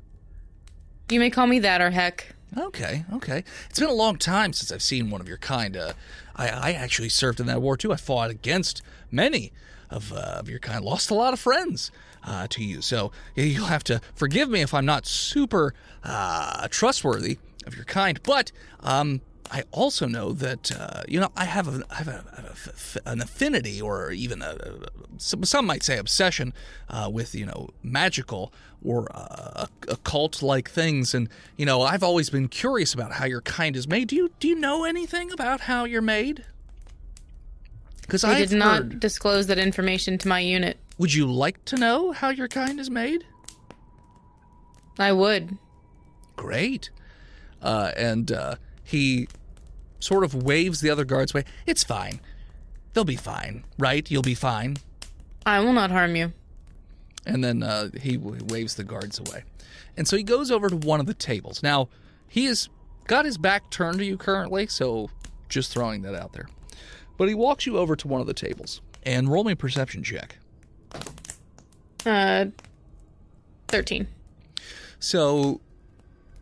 You may call me that or Heck. Okay, okay. It's been a long time since I've seen one of your kind. Uh, I, I actually served in that war too. I fought against many of, uh, of your kind. Lost a lot of friends uh, to you. So yeah, you'll have to forgive me if I'm not super uh, trustworthy of your kind. But um, I also know that uh, you know I have, a, I have a, I have a f- an affinity, or even a, a- some, some might say obsession, uh, with you know magical or uh, occult like things. And you know I've always been curious about how your kind is made. Do you do you know anything about how you're made? Because They I did not disclose that information to my unit. Would you like to know how your kind is made? I would. great. Uh, and uh, he sort of waves the other guards away. It's fine. They'll be fine, right? You'll be fine. I will not harm you. And then uh, he w- waves the guards away. And so he goes over to one of the tables. Now, he has got his back turned to you currently, so just throwing that out there. But he walks you over to one of the tables and roll me a perception check. Uh, 13. So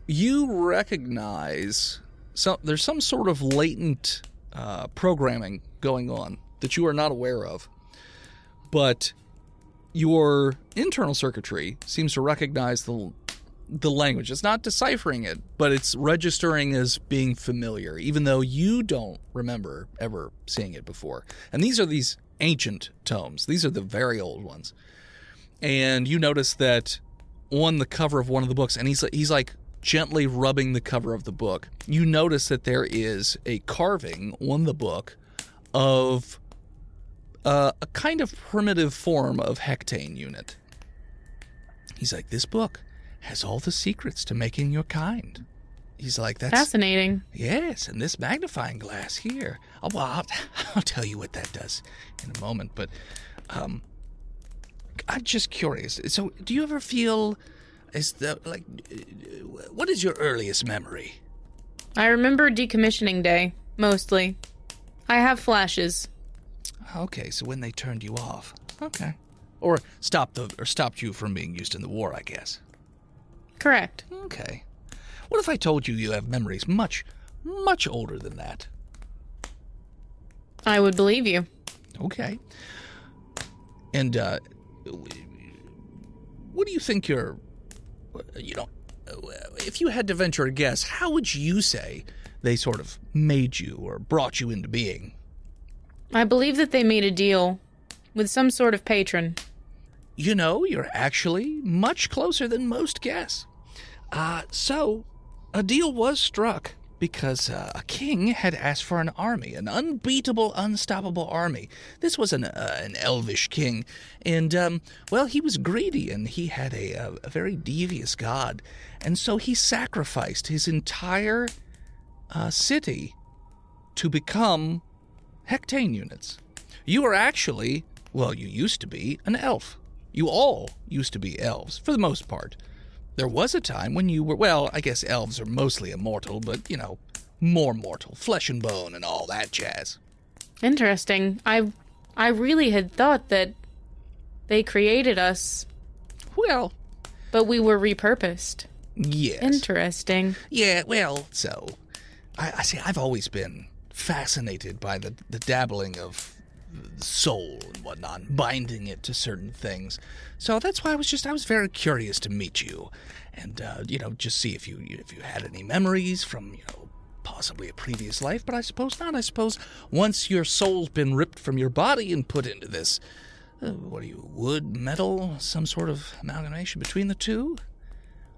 you recognize some there's some sort of latent uh, programming going on that you are not aware of, but your internal circuitry seems to recognize the the language. It's not deciphering it, but it's registering as being familiar, even though you don't remember ever seeing it before. And these are these ancient tomes. These are the very old ones. And you notice that on the cover of one of the books, and he's he's like gently rubbing the cover of the book. You notice that there is a carving on the book of uh, a kind of primitive form of hectane unit. He's like, this book has all the secrets to making your kind. He's like, that's Fascinating. Yes, and this magnifying glass here. Oh, well, I'll, (laughs) I'll tell you what that does in a moment, but um, I'm just curious. So, do you ever feel as though, like, uh, what is your earliest memory? I remember decommissioning day, mostly. I have flashes. Okay, so when they turned you off. Okay. Or stopped the or stopped you from being used in the war, I guess. Correct. Okay. What if I told you you have memories much, much older than that? I would believe you. Okay. And uh, w- what do you think your, you know, if you had to venture a guess, how would you say they sort of made you or brought you into being? I believe that they made a deal with some sort of patron. You know, you're actually much closer than most guess. Uh, so, a deal was struck because uh, a king had asked for an army, an unbeatable, unstoppable army. This was an, uh, an elvish king, and, um, well, he was greedy and he had a, uh, a very devious god, and so he sacrificed his entire uh, city to become hectane units. You are actually, well, you used to be an elf. You all used to be elves, for the most part. There was a time when you were, well, I guess elves are mostly immortal, but, you know, more mortal, flesh and bone and all that jazz. Interesting. I I really had thought that they created us, Well, but we were repurposed. yes. Interesting. Yeah, well, so I, I see. I've always been fascinated by the the dabbling of the soul and whatnot, binding it to certain things. So that's why I was just I was very curious to meet you, and uh, you know, just see if you if you had any memories from you know possibly a previous life. But I suppose not. I suppose once your soul's been ripped from your body and put into this. uh, What are you, wood, metal, some sort of amalgamation between the two?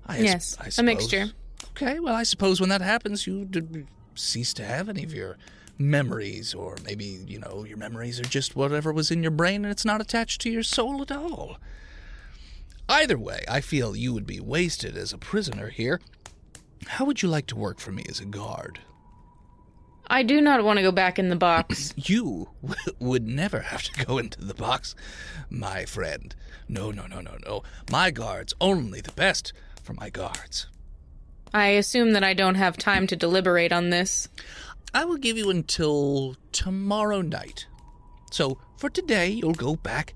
I s- Yes, I a mixture. suppose. Okay, well, I suppose when that happens, you d- cease to have any of your memories, or maybe, you know, your memories are just whatever was in your brain and it's not attached to your soul at all. Either way, I feel you would be wasted as a prisoner here. How would you like to work for me as a guard? I do not want to go back in the box. You (laughs) w- would never have to go into the box, my friend. No, no, no, no, no. My guards, only the best for my guards. I assume that I don't have time to deliberate on this. I will give you until tomorrow night. So for today, you'll go back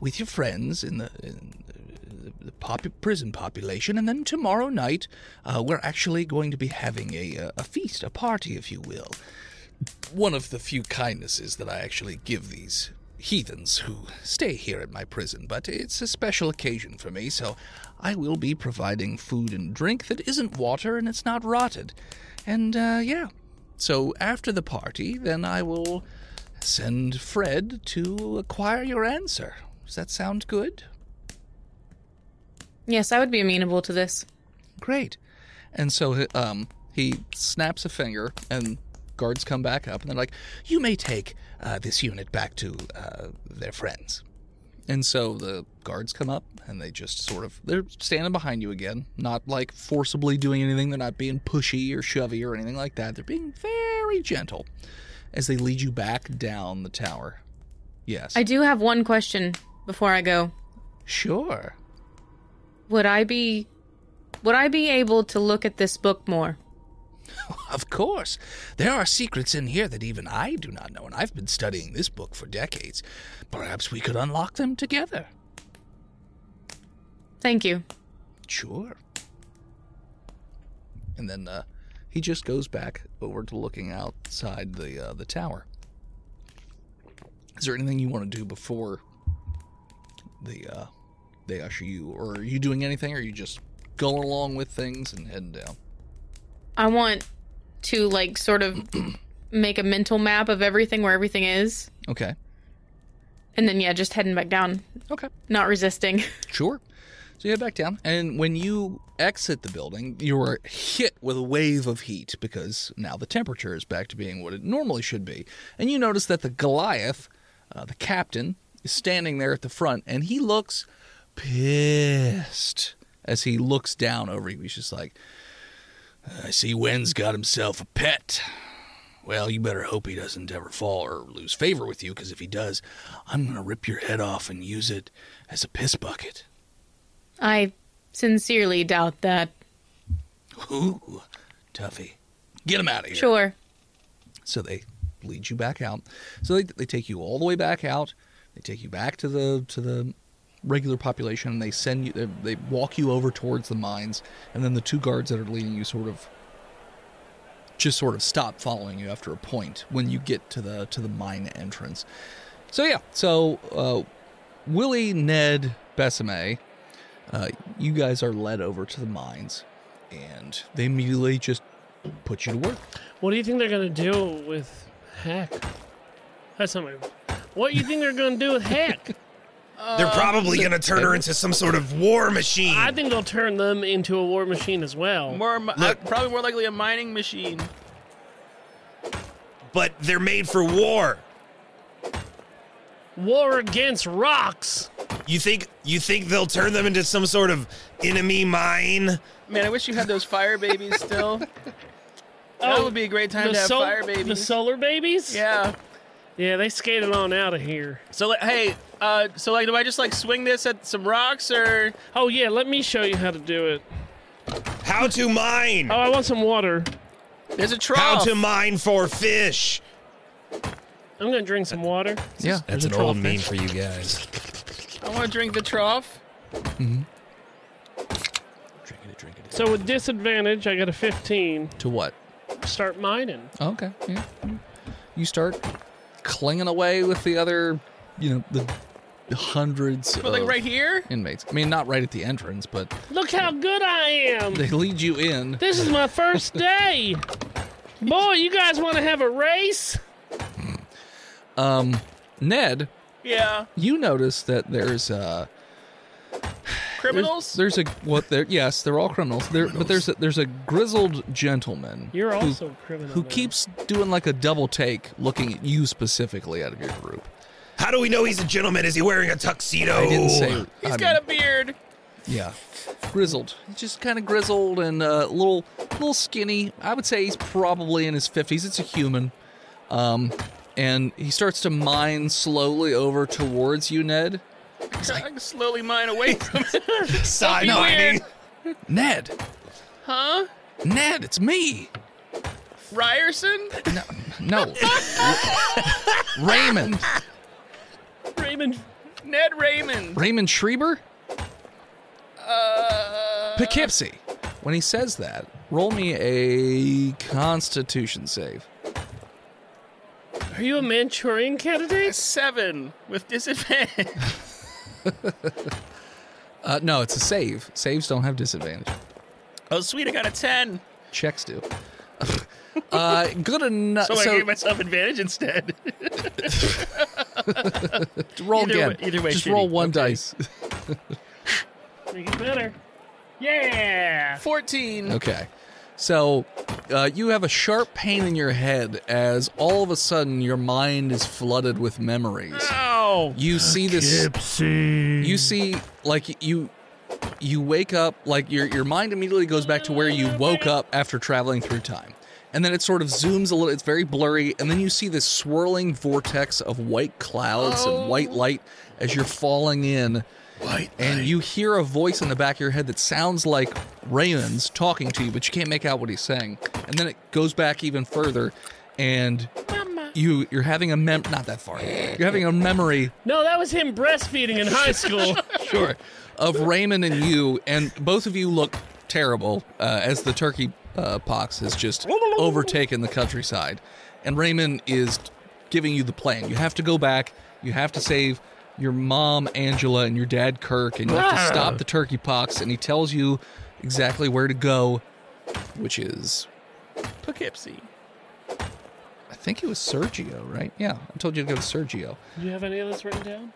with your friends in the, in the popu- prison population, and then tomorrow night, uh, we're actually going to be having a, uh, a feast, a party, if you will. One of the few kindnesses that I actually give these heathens who stay here at my prison, but it's a special occasion for me, so I will be providing food and drink that isn't water and it's not rotted. And uh, yeah, so after the party, then I will send Fred to acquire your answer. Does that sound good? Yes, I would be amenable to this. Great. And so um, he snaps a finger, and guards come back up, and they're like, You may take uh, this unit back to uh, their friends. And so the guards come up, and they just sort of, they're standing behind you again, not like forcibly doing anything. They're not being pushy or shovey or anything like that. They're being very gentle as they lead you back down the tower. Yes. I do have one question before I go. Sure. Would I be would I be able to look at this book more? Of course. There are secrets in here that even I do not know, and I've been studying this book for decades. Perhaps we could unlock them together. Thank you. Sure. And then uh, he just goes back over to looking outside the uh, the tower. Is there anything you want to do before the uh, they usher you, or are you doing anything, or are you just going along with things and heading down? I want to like sort of (clears throat) make a mental map of everything where everything is. Okay. And then yeah, just heading back down. Okay. Not resisting. (laughs) Sure. So you head back down, and when you exit the building, you are hit with a wave of heat because now the temperature is back to being what it normally should be. And you notice that the Goliath, uh, the captain, is standing there at the front, and he looks pissed as he looks down over you. He's just like, I see Wen's got himself a pet. Well, you better hope he doesn't ever fall or lose favor with you, because if he does, I'm going to rip your head off and use it as a piss bucket. I sincerely doubt that. Ooh, Tuffy. Get him out of here. Sure. So they lead you back out. So they, they take you all the way back out. They take you back to the to the regular population. And they send you. They, they walk you over towards the mines, and then the two guards that are leading you sort of just sort of stop following you after a point when you get to the to the mine entrance. So yeah. So uh, Willie, Ned, Besame, uh, you guys are led over to the mines, and they immediately just put you to work. What do you think they're gonna do with Hack? That's not my. What do you think they're gonna do with Hack? They're probably going to turn her into some sort of war machine. I think they'll turn them into a war machine as well. More, mi- uh, probably more likely a mining machine. but they're made for war. War against rocks. You think you think they'll turn them into some sort of enemy mine? Man, I wish you had those fire (laughs) babies still. that would be a great time The, to have sol- fire babies. the solar babies. yeah. yeah, they skated on out of here. So like, hey, uh, so like, do I just like swing this at some rocks or? Oh yeah, let me show you how to do it. How to mine? Oh, I want some water. There's a How trough. to mine for fish? I'm gonna drink some water. Yeah, That's an old meme for you guys. I want to drink the trough. drink it, drink it. So with disadvantage, I got a 15. To what? Start mining. Oh, okay. Yeah. You start clinging away with the other, you know, the hundreds But like of right here. inmates. I mean, not right at the entrance, but Look how good I (laughs) am. they lead you in. This is my first day. Boy, you guys want to have a race? Um, Ned, Yeah. you notice that there's uh Criminals. there's a what there yes they're all criminals there but there's a, there's a grizzled gentleman You're who- also a criminal. who man. keeps doing like a double take looking at you specifically out of your group Oh. How do we know he's a gentleman? Is he wearing a tuxedo? I didn't say He's I got mean, a beard. Yeah, grizzled. He's just kind of grizzled and a uh, little, little skinny. I would say he's probably in his fifties. It's a human, um, and he starts to mine slowly over towards you, Ned. I can slowly mine away from it. Side mining. Ned, Huh? Ned, it's me. Ryerson? (laughs) No, Raymond, Raymond, Ned Raymond. Raymond Schreiber, Uh, Poughkeepsie. When he says that, roll me a Constitution save. are you a Manchurian candidate? seven with disadvantage. Uh, no, it's a save. Saves don't have disadvantage. Oh, sweet, I got a 10. Checks do. (laughs) uh, good enough. So, So, I gave myself advantage instead. roll either again. way- either way, just roll shitty. one Okay. dice. Make it better. Yeah. 14. Okay. So uh, you have a sharp pain in your head as all of a sudden your mind is flooded with memories. Ow. You see this. You see, like you, you wake up. Like your your mind immediately goes back to where you woke up after traveling through time, and then it sort of zooms a little. It's very blurry, and then you see this swirling vortex of white clouds and white light as you're falling in. White and you hear a voice in the back of your head that sounds like Raymond's talking to you, but you can't make out what he's saying. And then it goes back even further, and you you're having a mem not that far. You're having a memory, No, that was him breastfeeding in (laughs) high school. sure, of Raymond and you, and both of you look terrible uh, as the turkey uh, pox has just overtaken the countryside, and Raymond is giving you the plan. You have to go back. You have to save your mom Angela and your dad Kirk, and you have to stop the turkey pox. And he tells you exactly where to go, which is Poughkeepsie. I think it was Sergio, right? Yeah, I told you to go to Sergio. Do you have any of this written down?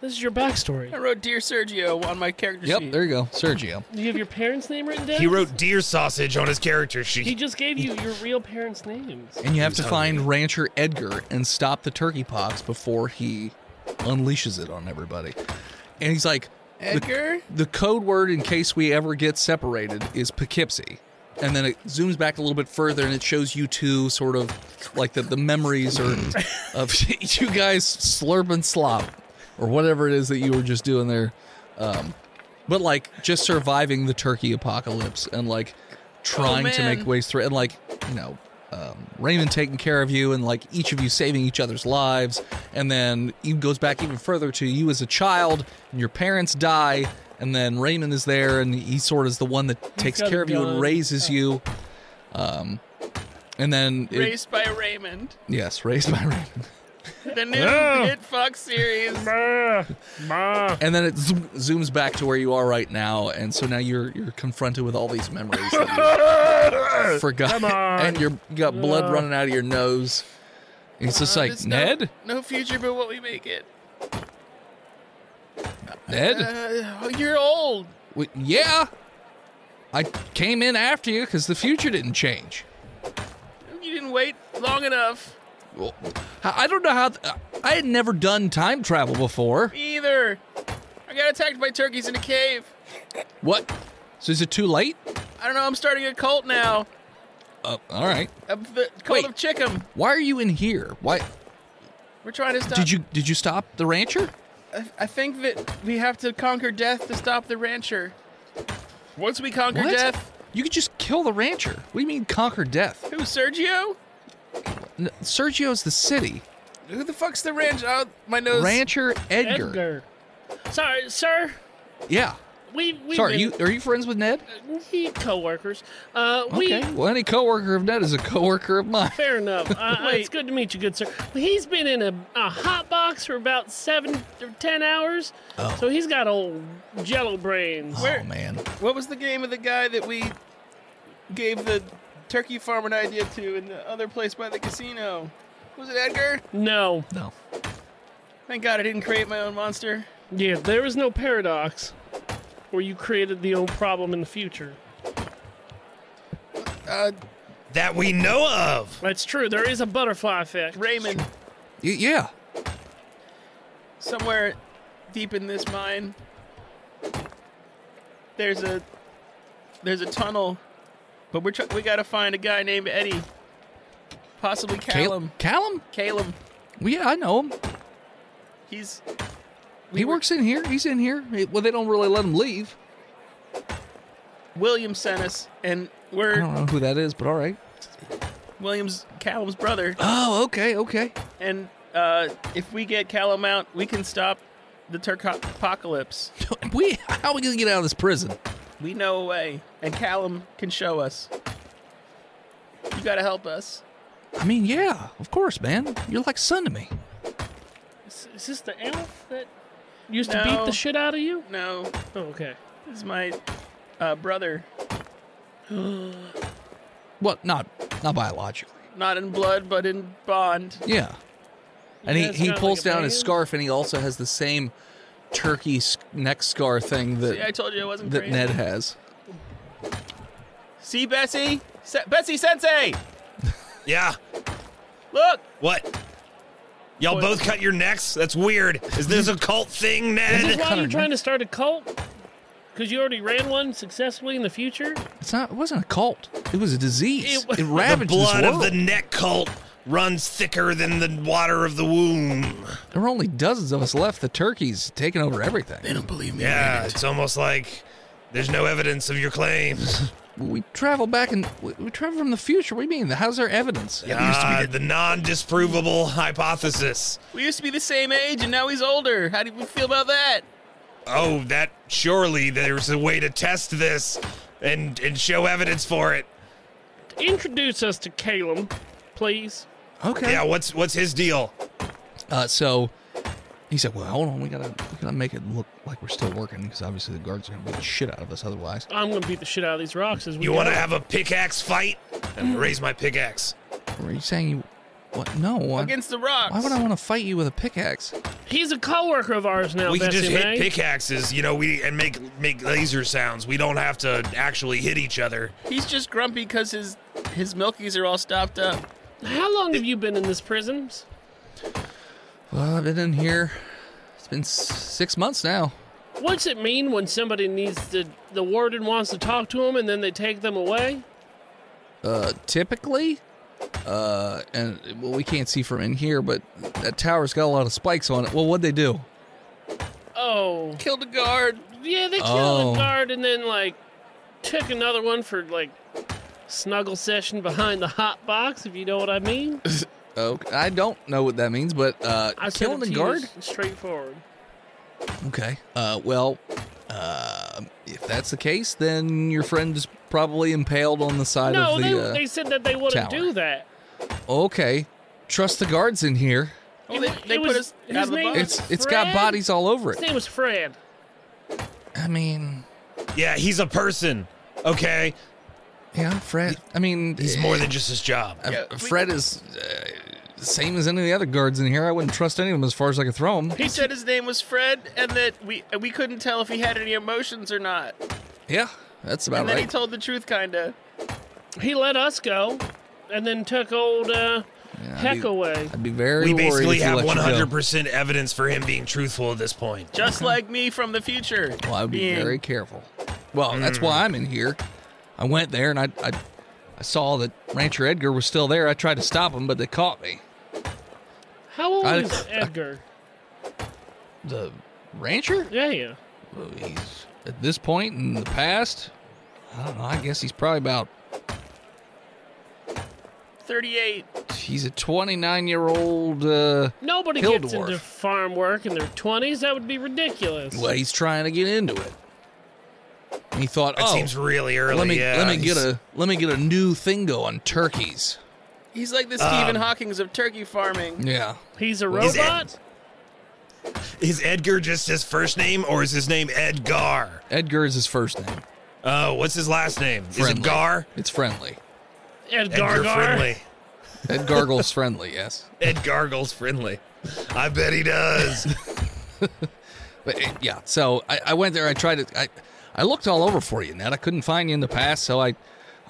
This is your I backstory. wrote Dear Sergio on my character Yep, sheet. there you go, Sergio. Do you have your parents' name written down? He wrote deer sausage on his character He sheet. just gave you your real parents' names. And you have to find Rancher Edgar and stop the turkey pox before he unleashes it on everybody. And he's like, Edgar? The, the code word in case we ever get separated is Poughkeepsie. And then it zooms back a little bit further and it shows you two sort of like the, the memories or of (laughs) you guys slurp and slop or whatever it is that you were just doing there. Um, but like just surviving the turkey apocalypse and like trying to man. make ways through and like, you know, um, Raymond taking care of you and like each of you saving each other's lives. And then it goes back even further to you as a child and your parents die. And then Raymond is there and he sort of is the one that takes got a care of you and gun. raises you. Um, and then, it- Raised by Raymond. yes, raised by Raymond. The new Hit Fox series. And then it zoom, zooms back to where you are right now, and so now you're you're confronted with all these memories that (laughs) you forgot, and you're, you got blood running out of your nose. And it's just Uh, like there's Ned, No, no future but what we (laughs) make it. Ned, Uh, oh, you're old. we, yeah, I came in after you because the future didn't change. You didn't wait long enough Well, I I don't know how. Th- I had never done time travel before. either. I got attacked by turkeys in a cave. What? So is it too late? I don't know. I'm starting a cult now. Uh, all right. A the cult Wait. of Chickum. Why are you in here? Why We're trying to stop. did you did you stop the rancher? I, I think that we have to conquer death to stop the rancher. Once we conquer What? death, You could just kill the rancher. What do you mean conquer death? who Sergio? N- Sergio's the city. Who the fuck's the ranch? Oh, my nose. Rancher Edgar. Edgar. Sorry, sir. Yeah. We we Sorry, you really- are you friends with Ned? he coworkers. Uh, we Okay. Well, any coworker of Ned is a coworker of mine. Fair (laughs) enough. Uh, uh, it's good to meet you, good sir. He's been in a, a hot box for about seven or ten hours, so he's got old jello brains. Where- Oh man. What was the game of the guy that we gave the turkey farm an idea to in the other place by the casino? Was it Edgar? No, No. Thank God I didn't create my own monster. yeah, there is no paradox where you created the old problem in the future. That we know of. That's true. There is a butterfly effect. Raymond, Y- yeah. somewhere deep in this mine, there's a there's a tunnel, but we're tr- we gotta find a guy named Eddie, possibly Callum. Callum? Calum, Well, yeah, I know him. he's he works in here. He's in here. Hey, Well, they don't really let him leave. William sent us, and I we're don't know who that is, but all right. William's Callum's brother. Oh, okay, okay. (laughs) And uh, if we get Callum out, we can stop the Turk apocalypse. We how are we gonna get out of this prison? We know a way, and Callum can show us. You gotta help us. I mean, yeah, of course, man. You're like son to me. Is, is this the elf that used to No. beat the shit out of you? No, Oh, okay. this is my uh, brother, Well, not not biologically. not in blood, but in bond. Yeah. And he, guys he got, like, pulls a down his band? scarf, and he also has the same turkey s- neck scar thing that See, I told you I wasn't that crazy. Ned has. See, Bessie, Se- Bessie Sensei, Yeah. look. What? Y'all What? both cut your necks? That's weird. Is this a cult thing, Is Ned? this why Connor, you're trying to start a cult? Because you already ran one successfully in the future? It's not. It wasn't a cult. It was a disease. It wa- It, The ravaged blood this of world. the neck cult runs thicker than the water of the womb. there were only dozens of us left. The turkeys taking over everything. don't believe me. Yeah, it's almost like there's no evidence of your claims. We travel back and we, we travel from the future. What do you mean? How's there evidence? Yeah, Ah, the non-disprovable hypothesis. We used to be the same age, and now he's older. How do we feel about that? Oh, that surely there's a way to test this and and show evidence for it. Introduce us to Calum, please. Okay. Yeah, what's what's his deal? Uh, so he said, "Well, hold on. We gotta we gotta make it look like we're still working because obviously the guards are gonna beat the shit out of us otherwise." I'm gonna beat the shit out of these rocks as we You go. want to have a pickaxe fight? And raise my pickaxe. Are you saying you? What? No. uh, I- Against the rocks. why would I want to fight you with a pickaxe? He's a coworker of ours now, we can Bessie just May. hit pickaxes, you know, we and make make laser sounds. We don't have to actually hit each other. He's just grumpy because his his milkies are all stopped up. How long have you been in this prison? Well, I've been in here. It's been s- six months now. What's it mean when somebody needs to, the warden wants to talk to him and then they take them away? Uh, typically, uh, and well, we can't see from in here, but that tower's got a lot of spikes on it. Well, what'd they do? Oh. Killed a guard. Yeah, they killed Oh. a guard and then, like, took another one for, like, snuggle session behind the hot box, if you know what I mean. Oh, I don't know what that means, but uh, I said killing it a to you guard. s- Straightforward. Okay. Uh, well, uh, if that's the case, then your friend is probably impaled on the side No, of the. they, uh, they said that they wouldn't tower. do that. okay. Trust the guards in here. Oh, they, It- they it put was- us his out of the name box. was- It's it's got Fred? bodies all over His it. name was Fred. I mean, Yeah, he's a person. Okay, yeah, Fred. I mean, he's more than just his job. uh, Yeah, we- Fred is uh, same as any of the other guards in here. I wouldn't trust any of them as far as I could throw them. He said his name was Fred, and that we and we couldn't tell if he had any emotions or not. Yeah, that's about and then he right. told the truth, kinda. He let us go and then took old uh, Yeah, I'd Heck be- away. I'd be very We worried if basically you have let you go. 100% evidence for him being truthful at this point. Just like me from the future. Well, I would be being- very careful. Well, that's why I'm in here. I went there and I, I, I saw that Rancher Edgar was still there. I tried to stop him, but they caught me. How old I- (laughs) is Edgar? The rancher? Yeah, yeah. Well, he's at this point in the past. I don't know. I guess he's probably about. 38. He's a 29 year old. Uh, Nobody Hill gets dwarf. into farm work in their 20s. That would be ridiculous. well, he's trying to get into it. And he thought, That oh, seems really early. let me yeah, let me get he's- a let me get a new thing going. Turkeys. He's like Um. the Stephen Hawking's of turkey farming. Yeah. He's a He's robot? Is Edgar just his first name, or is his name Edgar? Edgar is his first name. Oh, what's his last name? Is Friendly. it Gar? It's friendly. Edgar Edgar Gar? Friendly. Ed (laughs) Gargle's friendly, yes. Ed Gargle's friendly. I bet he does. But eh, yeah, so I, I went there. I tried to. I, I looked all over for you, Ned. I couldn't find you in the past, so I,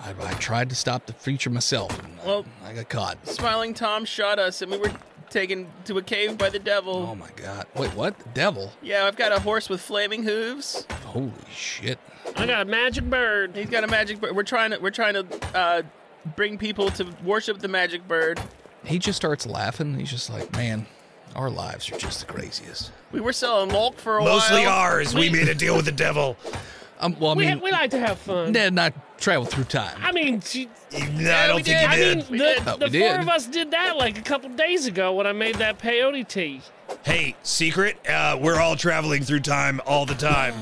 I, I tried to stop the future myself. And I- Well- I, got caught. Smiling Tom shot us, and we were taken to a cave by the devil. Oh Oh my god! Wait, what? The devil? Yeah, I've got a horse with flaming hooves. Holy shit. I got a magic bird. He's got a magic bird. We're trying to we're trying to uh, bring people to worship the magic bird. He just starts laughing. He's just like, man, our lives are just the craziest. We were selling milk for a Mostly while. ours. We made a deal with the devil. Um, well, I We, mean, we like to have fun. Ned and I traveled through time. I mean, she, No, I don't think I you did. mean, We the, did. Oh, the we four did. of us did that like a couple days ago when I made that peyote tea. hey, secret. Uh, we're all traveling through time all the time.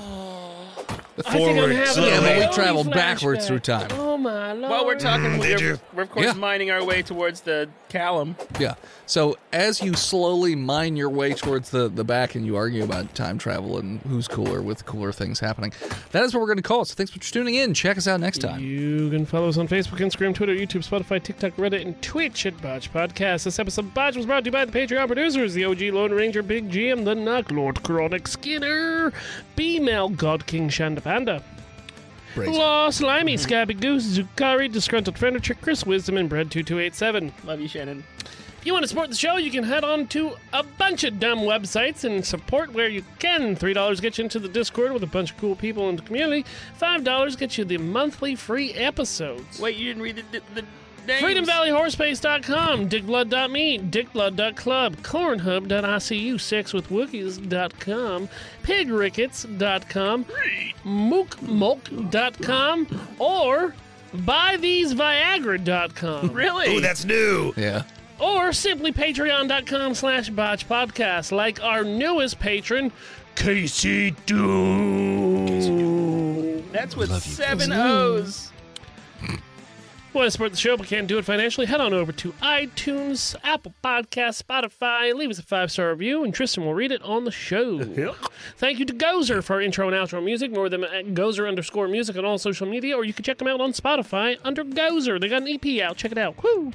I think I'm Forward, having slowly. a Yeah, but we peyote traveled flashback. backwards through time. Oh my lord! While we're talking, Mm, did we're, you? we're of course Yeah. mining our way towards the Callum. Yeah. So as you slowly mine your way towards the, the back and you argue about time travel and who's cooler with cooler things happening, that is what we're going to call it. So thanks for tuning in. Check us out next time. You can follow us on Facebook, Instagram, Twitter, YouTube, Spotify, TikTok, Reddit, and Twitch at Bodge Podcast. This episode of Bodge was brought to you by the Patreon producers, the OG Lone Ranger, Big GM, the Nuck, Lord Chronic Skinner, B-Mail, God King Shandapanda, Praise Law Slimy, Scabby Goose, Zukari, Disgruntled Furniture, Chris Wisdom, and Bread2287. Love you, Shannon. If you want to support the show, you can head on to a bunch of dumb websites and support where you can. $3 gets you into the Discord with a bunch of cool people in the community. $5 gets you the monthly free episodes. Wait, you didn't read the the, the names. FreedomValleyHorsepace.com, DickBlood.me, DickBlood.club, CornHub.icu, SexWithWookies.com, PigRickets.com, MookMulk.com, or BuyTheseViagra.com, Really? Ooh, that's new. Yeah. or simply Patreon.com slash Botch Podcast, like our newest patron, Casey Doom. That's with seven O's. Want to support the show but can't do it financially? Head on over to iTunes, Apple Podcasts, Spotify, leave us a five star review, and Tristan will read it on the show. Thank you to Gozer for our intro and outro music. More them at Gozer underscore music on all social media, or you can check them out on Spotify under Gozer. They got an EP out. Check it out. Woo!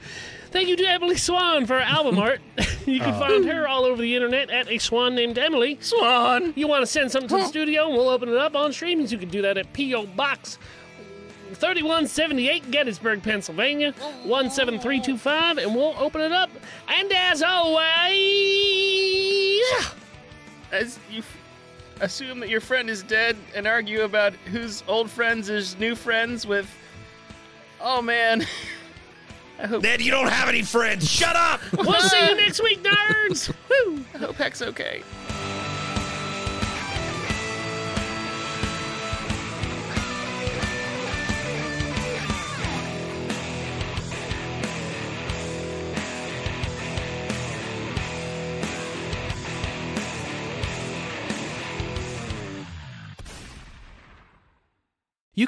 Thank you to Emily Swan for our album art. (laughs) you can find her all over the internet at a swan named Emily. Swan! You want to send something to the studio, and we'll open it up on streams. You can do that at P.O. Box 3178 Gettysburg, Pennsylvania, 17325, and we'll open it up. And as (laughs) always, As you f- assume that your friend is dead and argue about whose old friends is new friends with. Oh man. (laughs) Ned, you don't have any friends. Shut up. we'll see you next week, nerds! Woo! (laughs) I hope Heck's okay. You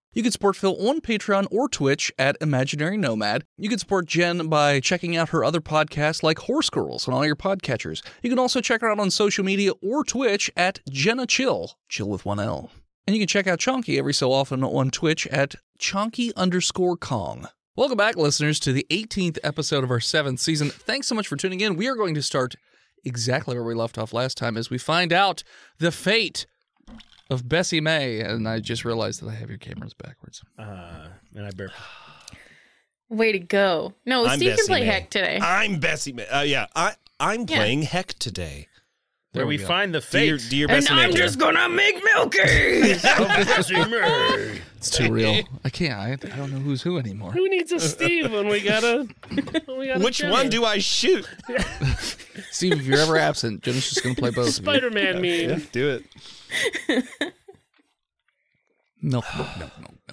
You can support Phil on Patreon or Twitch at Imaginary Nomad. You can support Jen by checking out her other podcasts like Horse Girls on all your podcatchers. You can also check her out on social media or Twitch at Jenna Chill, chill with one L. And you can check out Chonky every so often on Twitch at Chonky underscore Kong. Welcome back, listeners, to the 18th episode of our seventh season. Thanks so much for tuning in. We are going to start exactly where we left off last time as we find out the fate of Bessie May. And I just realized that I have your cameras backwards. Uh, and I burped. Way to go. No, I'm Oh, Steve Bessie can play May. Heck today. I'm Bessie. Ma- Uh, yeah, I, I'm Yeah. playing Heck today. Where we go. find the fate. Dear, dear and Bessie I'm Maker. just gonna make Milky! It's too real. I can't. I, I don't know who's who anymore. Who needs a Steve when we got a. When we got a Which one do I shoot? Steve, if you're ever absent, Jenna's just going to play both. of you. Spider Man meme? do it. No, no, no, no.